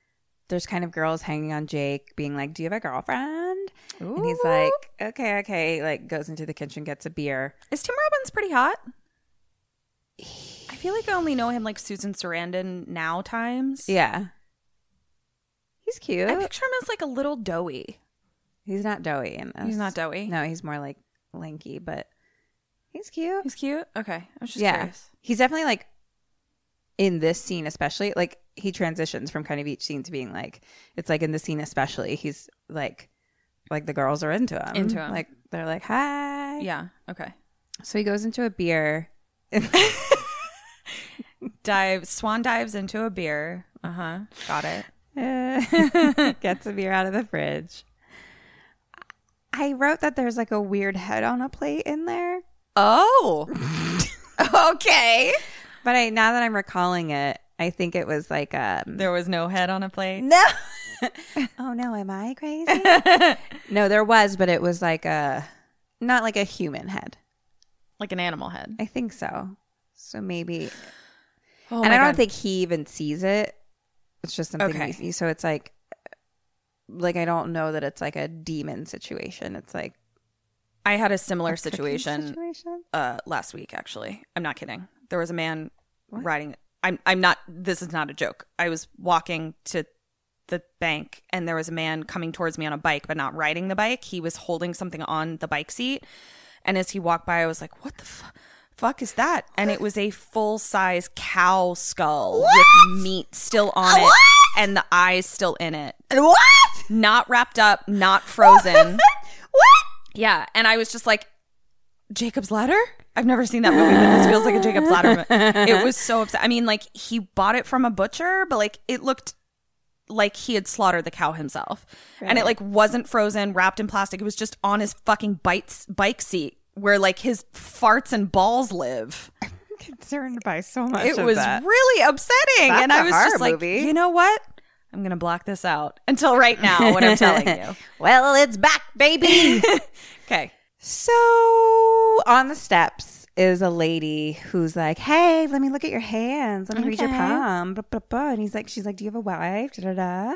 B: There's kind of girls hanging on Jake, being like, Do you have a girlfriend? And he's like, Okay, okay. Like, goes into the kitchen, gets a beer.
A: Is Tim Robbins pretty hot? I feel like I only know him like Susan Sarandon now times.
B: Yeah. He's cute.
A: I picture him as like a little doughy.
B: he's not doughy in this.
A: He's not doughy.
B: No, he's more like lanky, but he's cute.
A: He's cute. Okay. I was just
B: yeah.
A: curious.
B: He's definitely like, in this scene, especially, like, he transitions from kind of each scene to being like, it's like in the scene, especially, he's like, like the girls are into him.
A: Into him.
B: Like, they're like, hi.
A: Yeah. Okay.
B: So he goes into a beer
A: Dive swan dives into a beer. Uh huh. Got it.
B: Gets a beer out of the fridge. I wrote that there's like a weird head on a plate in there,
A: Oh. okay.
B: but I now that I'm recalling it, I think it was like um
A: There was no head on a plate.
B: no. oh no, am I crazy? no, there was, but it was like a not like a human head.
A: Like an animal head.
B: I think so. So maybe
A: Oh
B: and I don't
A: God.
B: think he even sees it. It's just something
A: Okay.
B: we see. So it's like, like I don't know that it's like a demon situation. It's like
A: I had a
B: a
A: similar
B: cooking
A: situation
B: situation.
A: uh, last week. Actually, I'm not kidding. There was a man riding. I'm. I'm not. This is not a joke. I was walking to the bank, and there was a man coming towards me on a bike, but not riding the bike. He was holding something on the bike seat, and as he walked by, I was like, "What the fu- fuck is that?" And it was a full size cow skull with meat still on it and the eyes still in it
B: What?
A: not wrapped up, not frozen. what? Yeah, and I was just like, Jacob's Ladder. I've never seen that movie, but this feels like a Jacob's Ladder. mo- it was so upset. I mean, like he bought it from a butcher, but like it looked like he had slaughtered the cow himself, and it like wasn't frozen, wrapped in plastic. It was just on his fucking bites bike seat where like his farts and balls live.
B: Concerned by so much.
A: It was really upsetting,
B: That's
A: and I
B: a
A: was just
B: horror
A: like,
B: movie.
A: you know what? I'm gonna block this out until right now when I'm telling you.
B: well, it's back, baby.
A: Okay.
B: so on the steps is a lady who's like, "Hey, let me look at your hands. Let me read your palm." Blah, blah, blah. And he's like, "She's like, do you have a wife?" Da, da, da.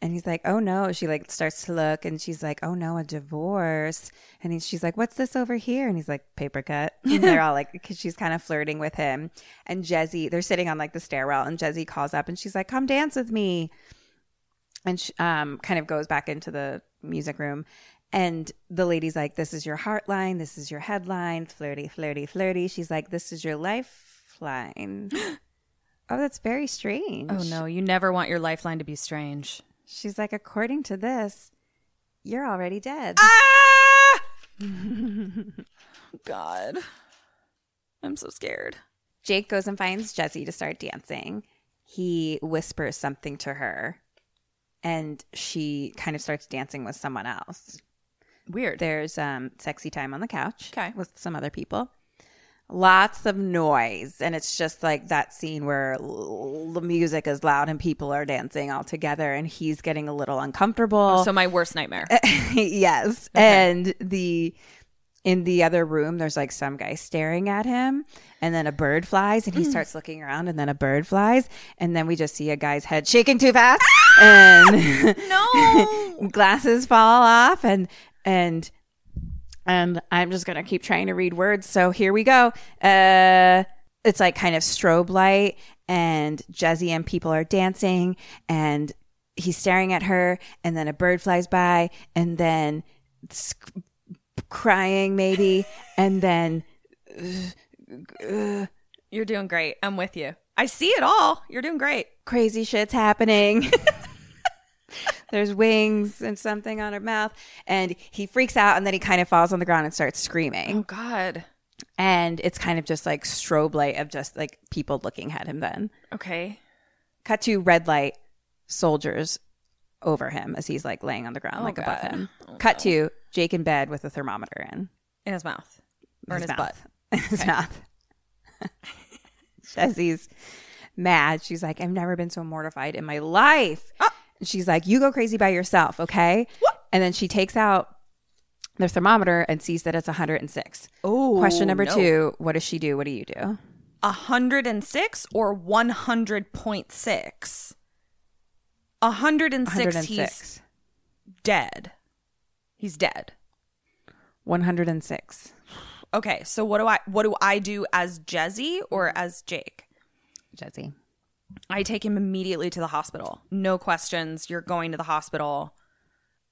B: And he's like, "Oh no." She like starts to look, and she's like, "Oh no, a divorce." And he's, she's like, "What's this over here?" And he's like, "Paper cut." And they're all like, because she's kind of flirting with him. And Jezzy, they're sitting on like the stairwell, and Jezzy calls up, and she's like, "Come dance with me." And she, um, kind of goes back into the music room, and the lady's like, "This is your heartline. This is your headline. Flirty, flirty, flirty." She's like, "This is your lifeline." oh, that's very strange.
A: Oh no, you never want your lifeline to be strange.
B: She's like, according to this, you're already dead.
A: Ah! God. I'm so scared.
B: Jake goes and finds Jesse to start dancing. He whispers something to her, and she kind of starts dancing with someone else.
A: Weird.
B: There's um, sexy time on the couch
A: Okay.
B: with some other people. Lots of noise, and it's just like that scene where l- the music is loud and people are dancing all together, and he's getting a little uncomfortable.
A: Oh, so my worst nightmare.
B: yes. And the in the other room there's like some guy staring at him and then a bird flies and he starts looking around and then a bird flies and then we just see a guy's head shaking too fast and
A: no.
B: glasses fall off and and and I'm just gonna keep trying to read words. So here we go. Uh it's like kind of strobe light and Jezzy and people are dancing and he's staring at her and then a bird flies by and then sc- crying maybe and then
A: You're doing great. I'm with you. I see it all. You're doing great.
B: crazy shit's happening. There's wings and something on her mouth and he freaks out and then he kind of falls on the ground and starts screaming.
A: Oh God.
B: and it's kind of just like strobe light of just like people looking at him then
A: Okay.
B: cut to red light soldiers over him as he's like laying on the ground like above
A: Oh, God.
B: him cut to jake in bed with a thermometer in
A: In his mouth. Or in his, butt.
B: mouth. in his mouth jesse's mad she's like i've never been so mortified in my life
A: Oh.
B: And she's like you go crazy by yourself okay and then she takes out the thermometer and sees that it's 106
A: Oh.
B: question number two what does she do what do you do
A: 106 or 100.6? 106, 106. He's
B: 106.
A: dead. He's dead.
B: 106.
A: Okay, so what do I what do I do as Jezzy or as Jake?
B: Jesse.
A: I take him immediately to the hospital. No questions. You're going to the hospital.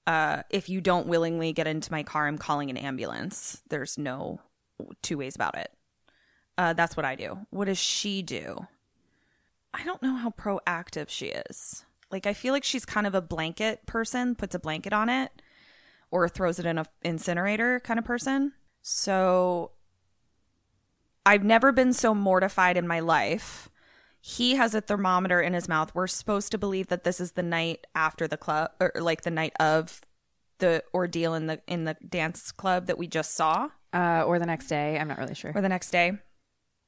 A: Uh, if you don't willingly get into my car, I'm calling an ambulance. There's no two ways about it. Uh, that's what I do. What does she do? I don't know how proactive she is. Like I feel like she's kind of a blanket person, puts a blanket on it, or throws it in a incinerator kind of person. So I've never been so mortified in my life. He has a thermometer in his mouth. We're supposed to believe that this is the night after the club or like the night of the ordeal in the in the dance club that we just saw
B: Uh, or the next day. I'm not really sure.
A: or the next day.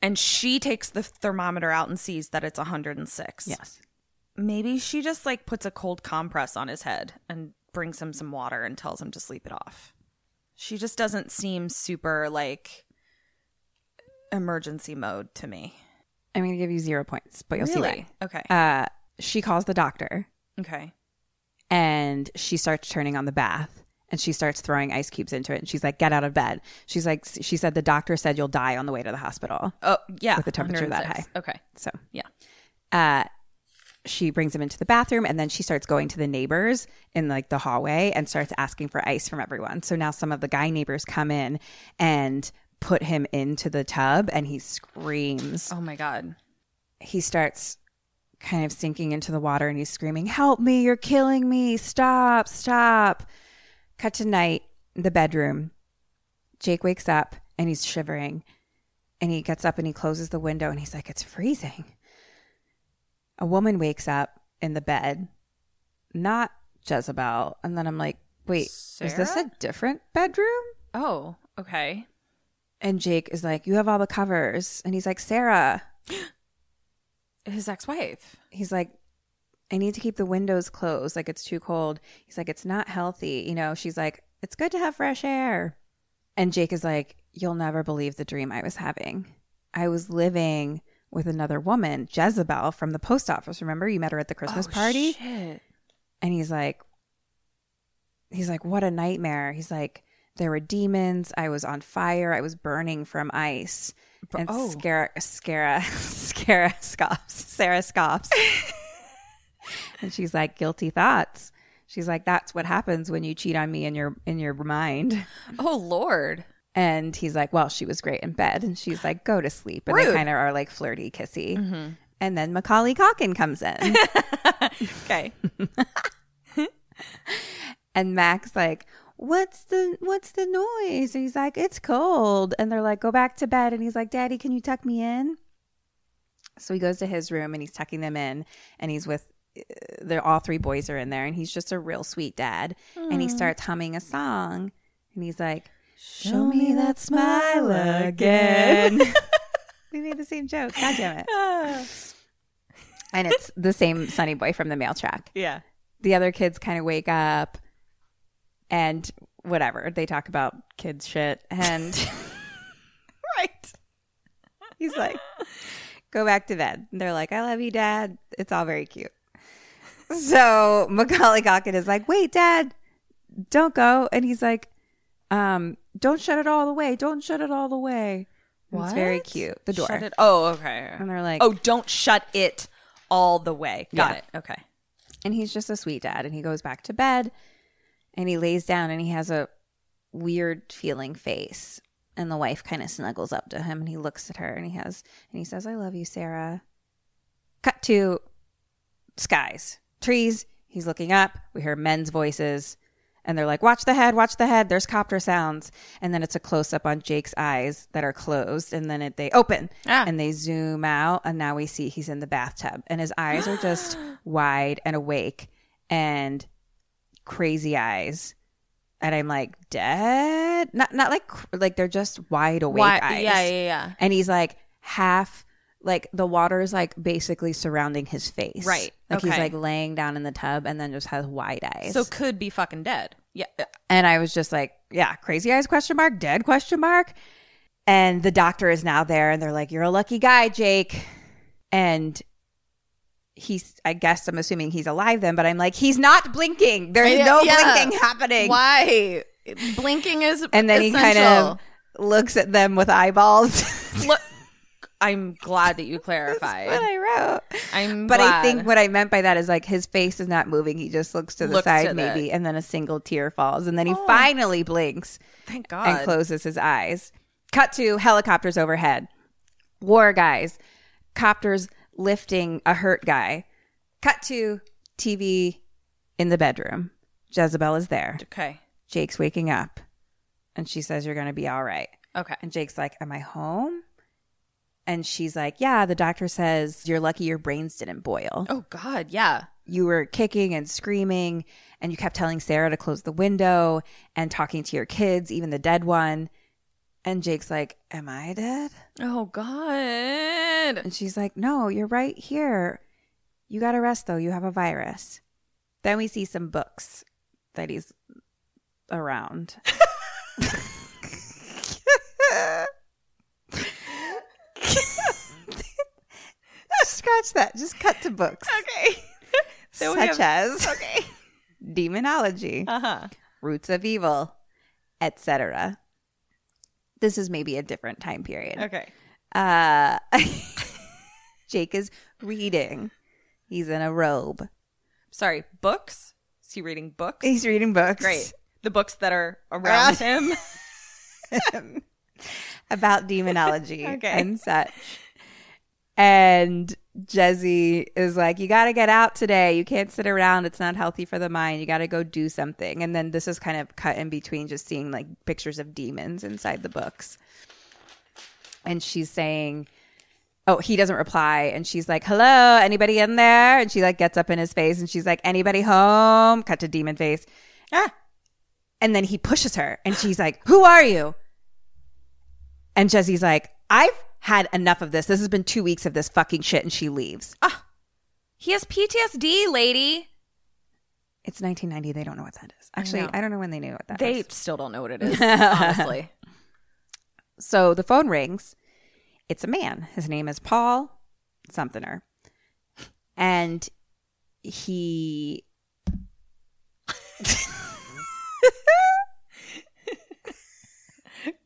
A: And she takes the thermometer out and sees that it's 106.
B: Yes.
A: Maybe she just like puts a cold compress on his head and brings him some water and tells him to sleep it off. She just doesn't seem super like emergency mode to me.
B: I'm going to give you zero points, but you'll see
A: Okay.
B: why. Uh, she calls the doctor
A: okay.
B: and she starts turning on the bath and she starts throwing ice cubes into it. And she's like, get out of bed. She's like, she said, the doctor said you'll die on the way to the hospital.
A: Oh, yeah.
B: With the temperature that
A: 106. Okay.
B: So
A: Yeah.
B: uh, she brings him into the bathroom and then she starts going to the neighbors in like the hallway and starts asking for ice from everyone. So now some of the guy neighbors come in and put him into the tub and he screams.
A: Oh my god.
B: He starts kind of sinking into the water and he's screaming, Help me, you're killing me. Stop, stop. Cut to night, the bedroom. Jake wakes up and he's shivering and he gets up and he closes the window and he's like, It's freezing. A woman wakes up in the bed, not Jezebel. And then I'm like, Wait, is this
A: Sarah?
B: a different bedroom?
A: Oh, okay.
B: And Jake is like, You have all the covers. And he's like, Sarah.
A: His ex-wife.
B: he's like i need to keep the windows closed like it's too cold he's like it's not healthy you know she's like it's good to have fresh air and jake is like you'll never believe the dream i was having i was living with another woman jezebel from the post office remember you met her at the christmas party
A: Oh, Shit.
B: and he's like he's like what a nightmare he's like there were demons i was on fire i was burning from ice and
A: oh.
B: Scara, Scara, Scara scoffs. Sarah scoffs. and she's like, guilty thoughts. She's like, that's what happens when you cheat on me in your in your mind.
A: Oh lord.
B: And he's like, well, she was great in bed. And she's like, go to sleep. And they
A: Rude. Mm-hmm.
B: kind of are like flirty, kissy. And then Macaulay Calkin comes in.
A: Okay.
B: And Mac's like, "What's the what's the noise?" And he's like, "It's cold." And they're like, "Go back to bed." And he's like, "Daddy, can you tuck me in?" So he goes to his room and he's tucking them in, and he's with they're all three boys are in there, and he's just a real sweet dad. And he starts humming a song, and he's like, "Show me that smile again." we made the same joke. God damn it! and it's the same Sunny Boy from the mail track
A: yeah.
B: the other kids kind of wake up and whatever they talk about kids shit and
A: Right.
B: he's like go back to bed and they're like i love you dad it's all very cute so macaulay Culkin is like wait dad don't go and he's like um don't shut it all the way don't shut it all the way And it's very
A: What?
B: cute the door
A: Shut it. Oh, okay.
B: and they're like
A: oh, don't shut it all the way. Got
B: Yeah.
A: it. Okay.
B: And he's just a sweet dad. And he goes back to bed and he lays down and he has a weird feeling face. And the wife kind of snuggles up to him and he looks at her and he has, and he says, I love you, Sarah. Cut to skies, trees. He's looking up. We hear men's voices and they're like, watch the head, watch the head. There's copter sounds. And then it's a close up on Jake's eyes that are closed. And then it, they open
A: Ah.
B: and they zoom out. And now we see he's in the bathtub and his eyes are just wide and awake and crazy eyes. And I'm like, dead? Not, not like, cr- like they're just wide awake
A: Why-
B: eyes.
A: Yeah, yeah, yeah.
B: And he's like half, like the water is like basically surrounding his face.
A: Right.
B: Like he's
A: Okay.
B: like laying down in the tub and then just has wide eyes.
A: So could be fucking dead. Yeah.
B: And I was just like, yeah, crazy eyes question mark, dead question mark. And the doctor is now there and they're like, you're a lucky guy, Jake. And he's, I guess I'm assuming he's alive then, but I'm like, he's not blinking. There's
A: Yeah,
B: no
A: yeah.
B: blinking happening.
A: Why? Blinking is
B: And then he kind of looks at them with eyeballs.
A: of look. I'm glad that you clarified.
B: what I wrote.
A: I'm
B: But I
A: glad.
B: think what I meant by that is like his face is not moving. He just looks to the
A: Looks to
B: side,
A: the-
B: maybe, and then a single tear falls. And then he finally blinks
A: thank
B: and
A: God.
B: closes his eyes. Cut to helicopters overhead. War guys, copters lifting a hurt guy. Cut to TV in the bedroom. Jezebel is there.
A: okay.
B: Jake's waking up and she says, You're going to be all right.
A: Okay.
B: And Jake's like, Am I home? And she's like, Yeah, the doctor says you're lucky your brains didn't boil.
A: Oh God, yeah.
B: You were kicking and screaming, and you kept telling Sarah to close the window and talking to your kids, even the dead one. And Jake's like, Am I dead?
A: Oh God.
B: And she's like, No, you're right here. You got to rest, though. You have a virus. Then we see some books that he's around. Scratch that. Just cut to books.
A: Okay. Then we
B: such
A: have-
B: as
A: Okay.
B: demonology,
A: Uh huh.
B: roots of evil, etc. This is maybe a different time period.
A: Okay.
B: Uh, Jake is reading. He's in a robe.
A: Sorry. Books. Is he reading books?
B: He's reading books.
A: Great. The books that are around him.
B: about demonology
A: Okay.
B: and such. And Jesse is like, You got to get out today. You can't sit around. It's not healthy for the mind. You got to go do something. And then this is kind of cut in between just seeing like pictures of demons inside the books. And she's saying, Oh, he doesn't reply. And she's like, Hello, anybody in there? And she like gets up in his face and she's like, Anybody home? Cut to demon face.
A: Ah.
B: And then he pushes her and she's like, Who are you? And Jesse's like, I've had enough of this. This has been two weeks of this fucking shit. And she leaves.
A: He has PTSD, lady.
B: It's 1990. They don't know what that is. Actually, I,
A: know.
B: don't know when they knew what that
A: They
B: was.
A: still don't know what it is, honestly.
B: So the phone rings. It's a man. His name is Paul somethinger. And he.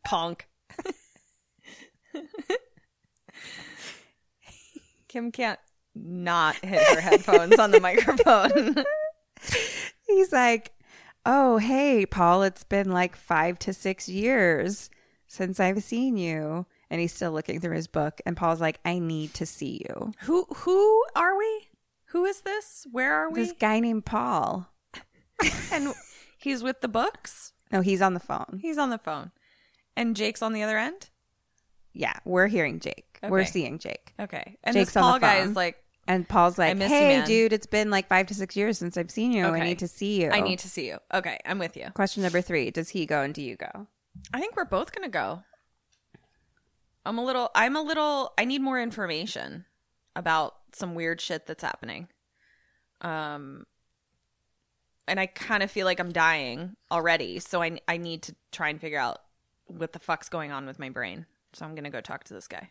A: Punk. Kim can't not hit her headphones on the microphone.
B: He's like, Oh, hey, Paul, it's been like five to six years since I've seen you. And he's still looking through his book. And Paul's like, I need to see you.
A: who who are we? Who is this? Where are we?
B: This guy named Paul.
A: and he's with the books.
B: No, he's on the phone.
A: He's on the phone. And Jake's on the other end?
B: Yeah, we're hearing Jake. We're
A: Okay.
B: seeing Jake.
A: Okay. And
B: Jake's
A: this
B: on the
A: Paul guy
B: phone.
A: is like,
B: And Paul's like,
A: miss you,
B: "Hey,
A: man."
B: dude, it's been like five to six years since I've seen you. I
A: Okay.
B: need to see you.
A: I need to see you. Okay, I'm with you.
B: Question number three: Does he go and do you go?
A: I think we're both gonna go. I'm a little I'm a little I need more information about some weird shit that's happening. Um and I kind of feel like I'm dying already, so I I need to try and figure out what the fuck's going on with my brain. So I'm gonna go talk to this guy.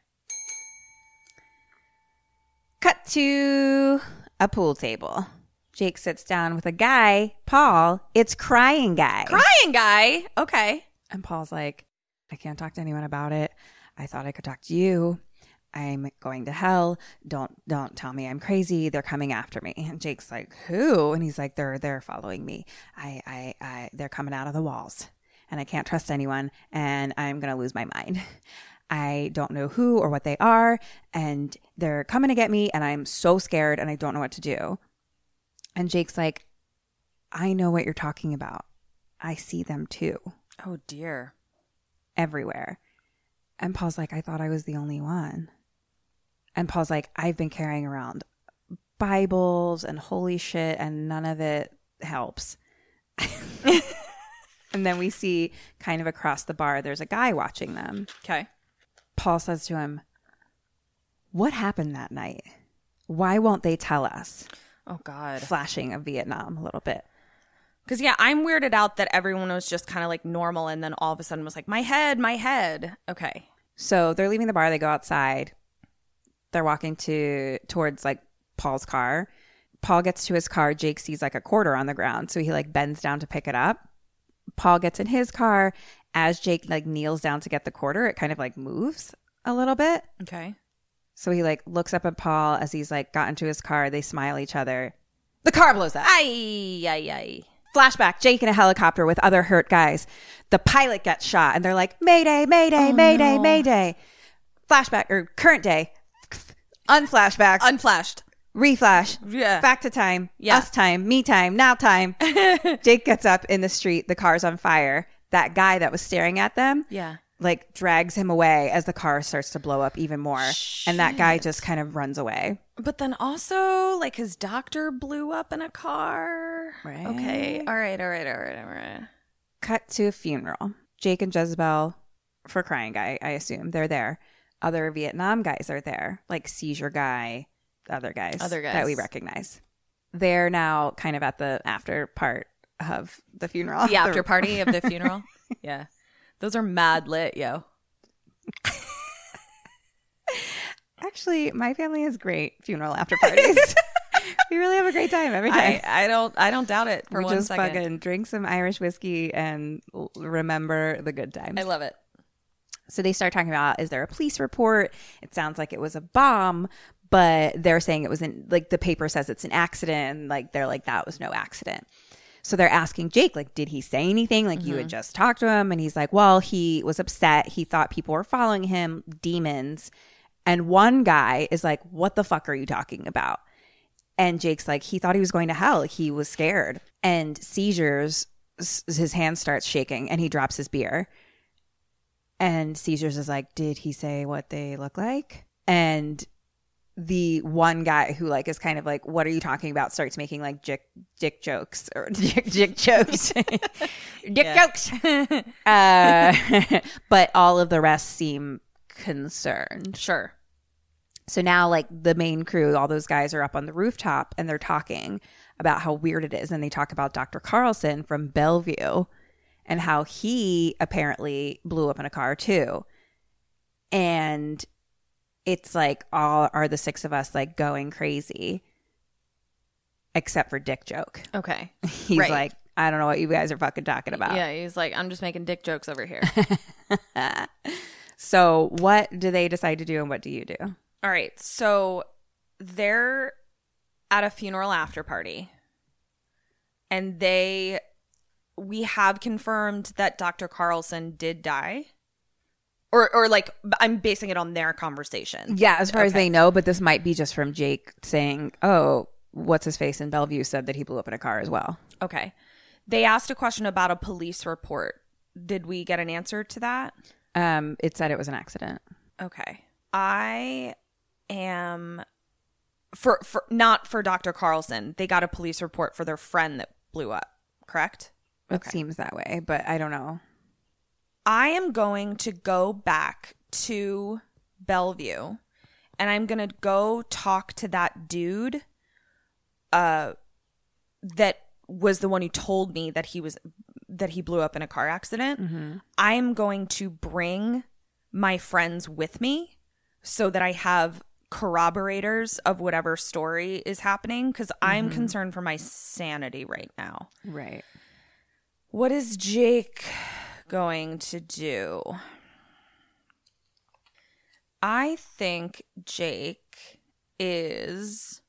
B: Cut to a pool table. Jake sits down with a guy, Paul. It's crying guy.
A: Crying guy. Okay.
B: And Paul's like, I can't talk to anyone about it. I thought I could talk to you. I'm going to hell. Don't don't tell me I'm crazy. They're coming after me. And Jake's like, "Who?" And he's like, "They're they're following me. I I I they're coming out of the walls. And I can't trust anyone and I'm going to lose my mind. I don't know who or what they are and they're coming to get me and I'm so scared and I don't know what to do." And Jake's like, "I know what you're talking about. I see them too."
A: Oh dear.
B: everywhere. And Paul's like, I thought I was the only one. And Paul's like, I've been carrying around Bibles and holy shit, and none of it helps. and then we see kind of across the bar, there's a guy watching them.
A: Okay.
B: Paul says to him, What happened that night? Why won't they tell us?
A: Oh god.
B: Flashing of Vietnam a little bit.
A: Because, yeah, I'm weirded out that everyone was just kind of like normal and then all of a sudden was like, my head, my head. Okay.
B: So they're leaving the bar. They go outside. They're walking to towards like Paul's car. Paul gets to his car. Jake sees like a quarter on the ground, so he like bends down to pick it up. Paul gets in his car. As Jake like kneels down to get the quarter, it kind of like moves a little bit.
A: Okay.
B: So he like looks up at Paul as he's like got into his car. They smile at each other. The car blows up.
A: Ay, ay, ay.
B: Flashback Jake in a helicopter with other hurt guys. The pilot gets shot and they're like, Mayday, Mayday,
A: Oh,
B: Mayday, Mayday. Flashback or current day. Unflashback.
A: Unflashed.
B: reflash.
A: Yeah.
B: Back to time.
A: Yeah.
B: Us time. Me time. Now time. Jake gets up in the street. The car's on fire. That guy that was staring at them
A: Yeah.
B: like drags him away as the car starts to blow up even more. And that guy just kind of runs away.
A: But then also, like his doctor blew up in a car.
B: Right.
A: Okay. All right. All right. All right. All right.
B: Cut to a funeral. Jake and Jezebel, for crying guy, I assume, they're there. Other Vietnam guys are there, like seizure guy, other guys,
A: Other
B: that we
A: guys.
B: recognize. They're now kind of at the after part of the funeral.
A: The after party of the funeral. yeah. Those are mad lit, yo.
B: Actually, my family has great funeral after parties. we really have a great time every
A: I,
B: time.
A: I don't I don't doubt it for
B: we
A: one
B: just
A: second.
B: fucking drink some Irish whiskey and l- remember the good times.
A: I love it.
B: So they start talking about is there a police report? It sounds like it was a bomb, but they're saying it was an like the paper says it's an accident. and, Like they're like that was no accident. So they're asking Jake like did he say anything? Like you had just talked to him and he's like, "Well, he was upset. He thought people were following him, demons." And one guy is like, "What the fuck are you talking about?" And Jake's like, he thought he was going to hell. He was scared. And seizures, s- his hand starts shaking and he drops his beer. And Seizures is like, did he say what they look like? And the one guy who like is kind of like, what are you talking about? Starts making like dick dick jokes or dick dick jokes, dick jokes. uh, but all of the rest seem concerned.
A: Sure.
B: So now, like the main crew, all those guys are up on the rooftop and they're talking about how weird it is. And they talk about Dr. Carlson from Bellevue and how he apparently blew up in a car too. And it's like, all are the six of us like going crazy, except for Dick Joke.
A: Okay.
B: He's
A: Right.
B: like, I don't know what you guys are fucking talking about.
A: Yeah, he's like, I'm just making dick jokes over here.
B: So, what do they decide to do and what do you do?
A: All right. So they're at a funeral after party. And they we have confirmed that Dr. Carlson did die. Or or like I'm basing it on their conversation.
B: Yeah, as far as they know, but this might be just from Jake saying, "Oh, what's his face in Bellevue said that he blew up in a car as well."
A: Okay. They asked a question about a police report. Did we get an answer to that?
B: Um, it said it was an accident.
A: Okay. I am for for not for Dr. Carlson. They got a police report for their friend that blew up, correct?
B: It seems that way, but I don't know.
A: I am going to go back to Bellevue and I'm going to go talk to that dude uh that was the one who told me that he was that he blew up in a car accident. I am going to bring my friends with me so that I have corroborators of whatever story is happening because I'm concerned for my sanity right now.
B: Right.
A: What is Jake going to do? I think Jake is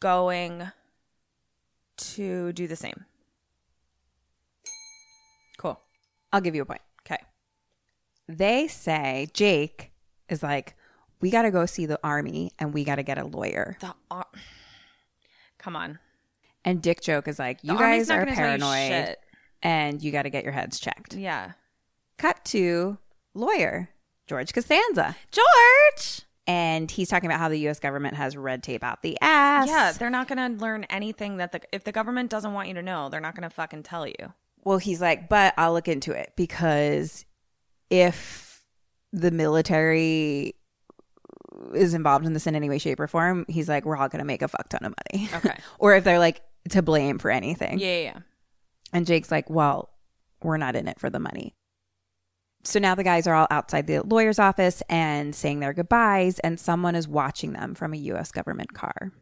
A: going to do the same. Cool.
B: I'll give you a point.
A: Okay.
B: They say Jake is like, "We got to go see the army and we got to get a lawyer."
A: The ar- Come on.
B: And Dick Joke is like,
A: The
B: "You
A: army's
B: guys
A: not
B: are
A: gonna tell you
B: paranoid
A: shit.
B: and you got to get your heads checked."
A: Yeah.
B: Cut to lawyer George Costanza.
A: George.
B: And he's talking about how the US government has red tape out the ass.
A: Yeah, they're not going to learn anything that the if the government doesn't want you to know, they're not going to fucking tell you.
B: Well, he's like, but I'll look into it because if the military is involved in this in any way, shape, or form, he's like, we're all going to make a fuck ton of money.
A: Okay.
B: or if they're like to blame for anything.
A: Yeah, yeah, yeah.
B: And Jake's like, well, we're not in it for the money. So now the guys are all outside the lawyer's office and saying their goodbyes, and someone is watching them from a U.S. government car.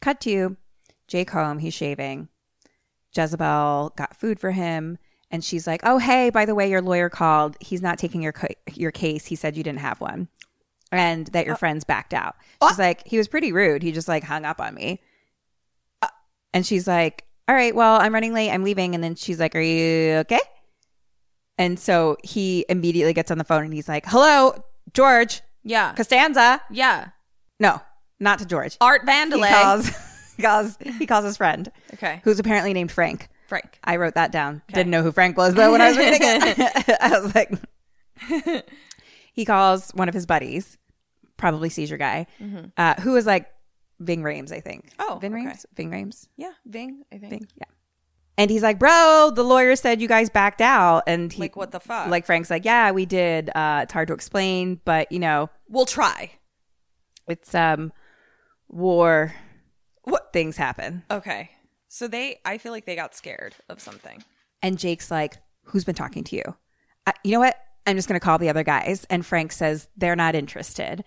B: Cut to Jake home, he's shaving. Jezebel got food for him, and she's like, oh, hey, by the way, your lawyer called. He's not taking your, ca- your case. He said you didn't have one and that your friends backed out. She's like, he was pretty rude. He just like hung up on me. And she's like, All right, well, I'm running late. I'm leaving. And then she's like, Are you okay? And so he immediately gets on the phone and he's like, Hello, George,
A: Yeah.
B: Costanza.
A: Yeah.
B: No, not to George.
A: Art
B: He
A: Vandalay.
B: calls, he calls, he calls his friend,
A: Okay.
B: who's apparently named Frank.
A: Frank.
B: I wrote that down. Didn't know who Frank was though when I was reading it. I was like, he calls one of his buddies, probably seizure guy, uh, who was like Ving Rames, I think.
A: Mm-hmm. Oh,
B: Ving
A: okay.
B: Rames, Ving Rames,
A: Yeah, Ving. I think.
B: Ving, yeah. And he's like, bro, the lawyer said you guys backed out, and he,
A: Like, what the fuck?
B: Like Frank's like, yeah, we did. Uh, it's hard to explain, but you know,
A: We'll try.
B: it's um war.
A: What-
B: things happen?
A: Okay. So they, I feel like they got scared of something.
B: And Jake's like, Who's been talking to you? I, you know what? I'm just going to call the other guys. And Frank says, They're not interested.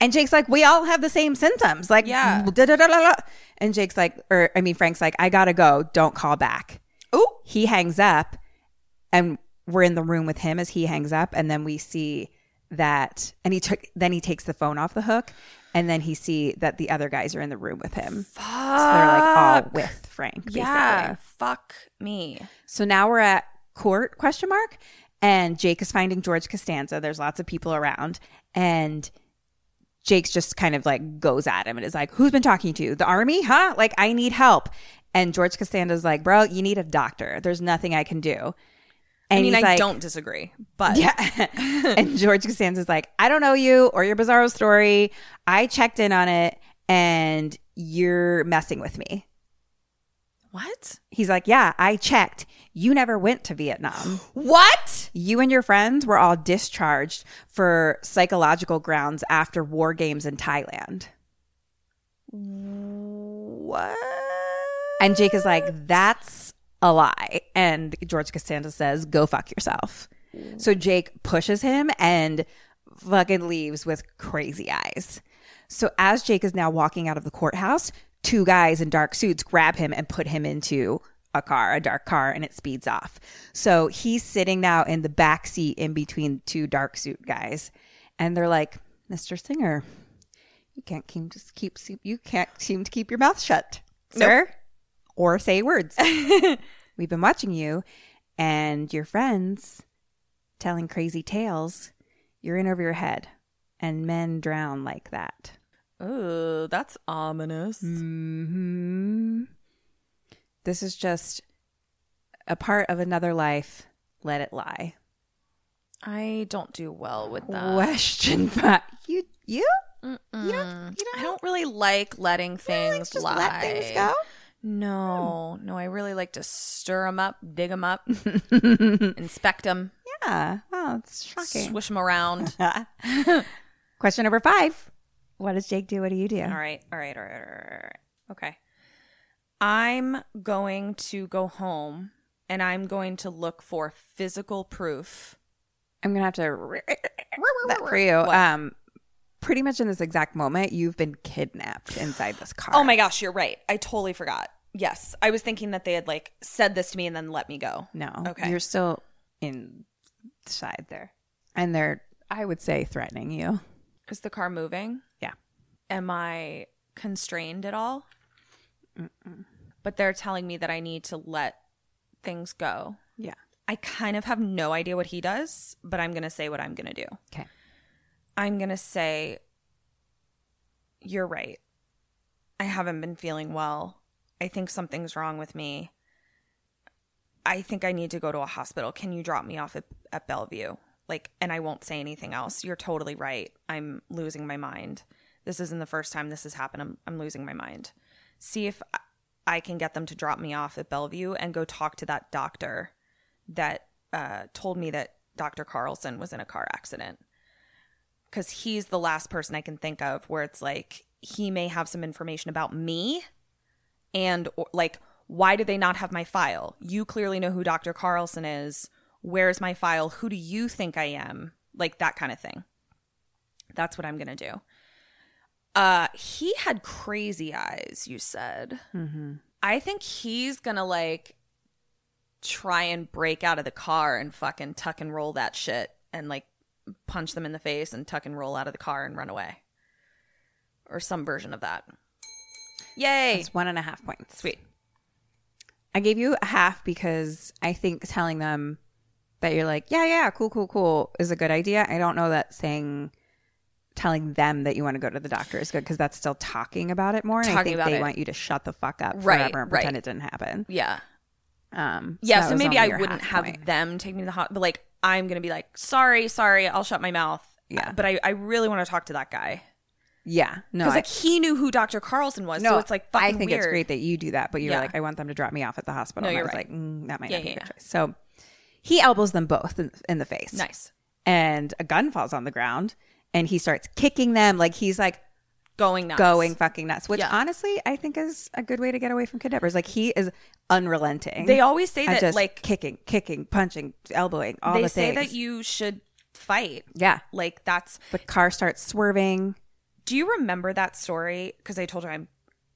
B: And Jake's like, We all have the same symptoms. Like,
A: Yeah.
B: da, da, da, da, da. And Jake's like, Or I mean, Frank's like, I got to go. Don't call back.
A: Oh,
B: He hangs up and we're in the room with him as he hangs up. And then we see that, and he took, then he takes the phone off the hook. And then he see that the other guys are in the room with him. So they're like all with Frank, basically.
A: yeah. Fuck me.
B: So now we're at court question mark and Jake is finding George Costanza. There's lots of people around and Jake's just kind of like goes at him and is like, "Who's been talking to you? The army? Huh? Like I need help." And George Costanza's like, "Bro, you need a doctor. There's nothing I can do." And
A: I mean, I
B: he's like,
A: don't disagree, but
B: yeah. and George Costanza's like, I don't know you or your bizarro story. I checked in on it and you're messing with me.
A: what?
B: He's like, Yeah, I checked. You never went to Vietnam.
A: What?
B: You and your friends were all discharged for psychological grounds after war games in Thailand.
A: What?
B: And Jake is like, that's a lie. And George Costanza says, go fuck yourself. So Jake pushes him and fucking leaves with crazy eyes. So as Jake is now walking out of the courthouse, two guys in dark suits grab him and put him into a car, a dark car, and it speeds off. So he's sitting now in the back seat in between two dark suit guys. And they're like, Mr. Singer, you can't keep just keep you can't seem to keep your mouth shut, sir or say words. We've been watching you and your friends telling crazy tales. You're in over your head, and men drown like that.
A: Oh, that's ominous.
B: hmm This is just a part of another life. Let it lie.
A: I don't do well with that.
B: Question five. You, you, you don't, you don't,
A: Mm. I don't really like letting things
B: just
A: lie.
B: let things go. Hmm.
A: No, no, I really like to stir them up, dig them up, inspect them,
B: Yeah. Wow, it's shocking.
A: swish them around.
B: Question number five. What does Jake do? What do you do?
A: All right, all right, all right, all right, all right. Okay. I'm going to go home and I'm going to look for physical proof.
B: I'm gonna have to r- that for you. Um, pretty much in this exact moment, you've been kidnapped inside this car.
A: Oh my gosh, you're right. I totally forgot. Yes, I was thinking that they had like said this to me and then let me go.
B: No,
A: Okay.
B: you're still inside there, and they're I would say threatening you.
A: Is the car moving?
B: Yeah.
A: Am I constrained at all? But they're telling me that I need to let things go.
B: Yeah.
A: I kind of have no idea what he does, but I'm going to say what I'm going to do.
B: Okay.
A: I'm going to say, You're right. I haven't been feeling well. I think something's wrong with me. I think I need to go to a hospital. Can you drop me off at, at Bellevue? Like, and I won't say anything else. You're totally right. I'm losing my mind. This isn't the first time this has happened. I'm, I'm losing my mind. See if I- I can get them to drop me off at Bellevue and go talk to that doctor that uh, told me that Dr. Carlson was in a car accident because he's the last person I can think of where it's like he may have some information about me and or, like why do they not have my file? You clearly know who Dr. Carlson is. Where's my file? Who do you think I am? Like that kind of thing. That's what I'm going to do. Uh he had crazy eyes, you said. I think he's going to like try and break out of the car and fucking tuck and roll that shit and like punch them in the face and tuck and roll out of the car and run away. Or some version of that. Yay.
B: It's one and a half points.
A: Sweet.
B: I gave you a half because I think telling them that you're like, yeah, yeah, cool, cool, cool is a good idea. I don't know that saying telling them that you want to go to the doctor is good because that's still talking about it more. And I
A: Talking
B: think
A: about
B: they
A: it.
B: want you to shut the fuck up
A: Right,
B: forever and pretend
A: right.
B: it didn't happen.
A: Yeah.
B: Um,
A: yeah,
B: that
A: so
B: was
A: maybe
B: only
A: I
B: your
A: wouldn't have
B: half point.
A: them take me to the hot, but like I'm gonna be like, sorry, sorry, I'll shut my mouth.
B: Yeah.
A: but I, I really want to talk to that guy
B: Yeah, no,
A: because
B: I-
A: like he knew who Dr. Carlson was, so it's like fucking
B: I think
A: weird.
B: it's great that you do that, but you're
A: Yeah.
B: like, I want them to drop me off at the hospital.
A: No,
B: and
A: you're
B: I was
A: right.
B: like, mm, that might
A: Yeah,
B: not be
A: yeah,
B: a good
A: yeah.
B: choice. So he elbows them both in, in the face.
A: nice
B: And a gun falls on the ground and he starts kicking them. Like he's like
A: going nuts.
B: going fucking nuts, which
A: Yeah.
B: honestly I think is a good way to get away from kidnappers. Like he is unrelenting.
A: They always say
B: at
A: that
B: just
A: like
B: kicking, kicking, punching, elbowing, all
A: they
B: the
A: say
B: things.
A: that you should fight.
B: yeah.
A: Like that's.
B: The car starts swerving.
A: Do you remember that story? Because I told you I'm.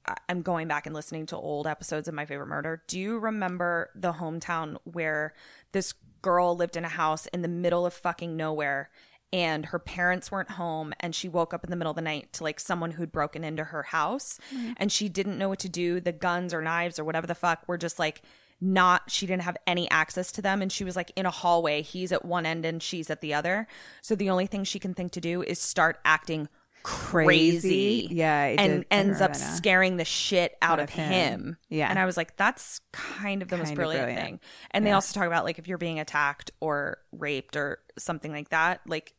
A: I- I'm going back and listening to old episodes of My Favorite Murder. Do you remember the hometown where this girl lived in a house in the middle of fucking nowhere and her parents weren't home and she woke up in the middle of the night to like someone who'd broken into her house
B: Mm-hmm.
A: and she didn't know what to do. The guns or knives or whatever the fuck were just like not she didn't have any access to them and she was like in a hallway. He's at one end and she's at the other. So the only thing she can think to do is start acting
B: Crazy.
A: crazy
B: Yeah, I
A: and
B: did
A: ends
B: remember
A: up
B: that.
A: scaring the shit out, of
B: of him.
A: him.
B: Yeah.
A: and I was like, that's kind of the most
B: Kind of
A: brilliant,
B: brilliant.
A: thing. And they also talk about like if you're being attacked or raped or something like that, like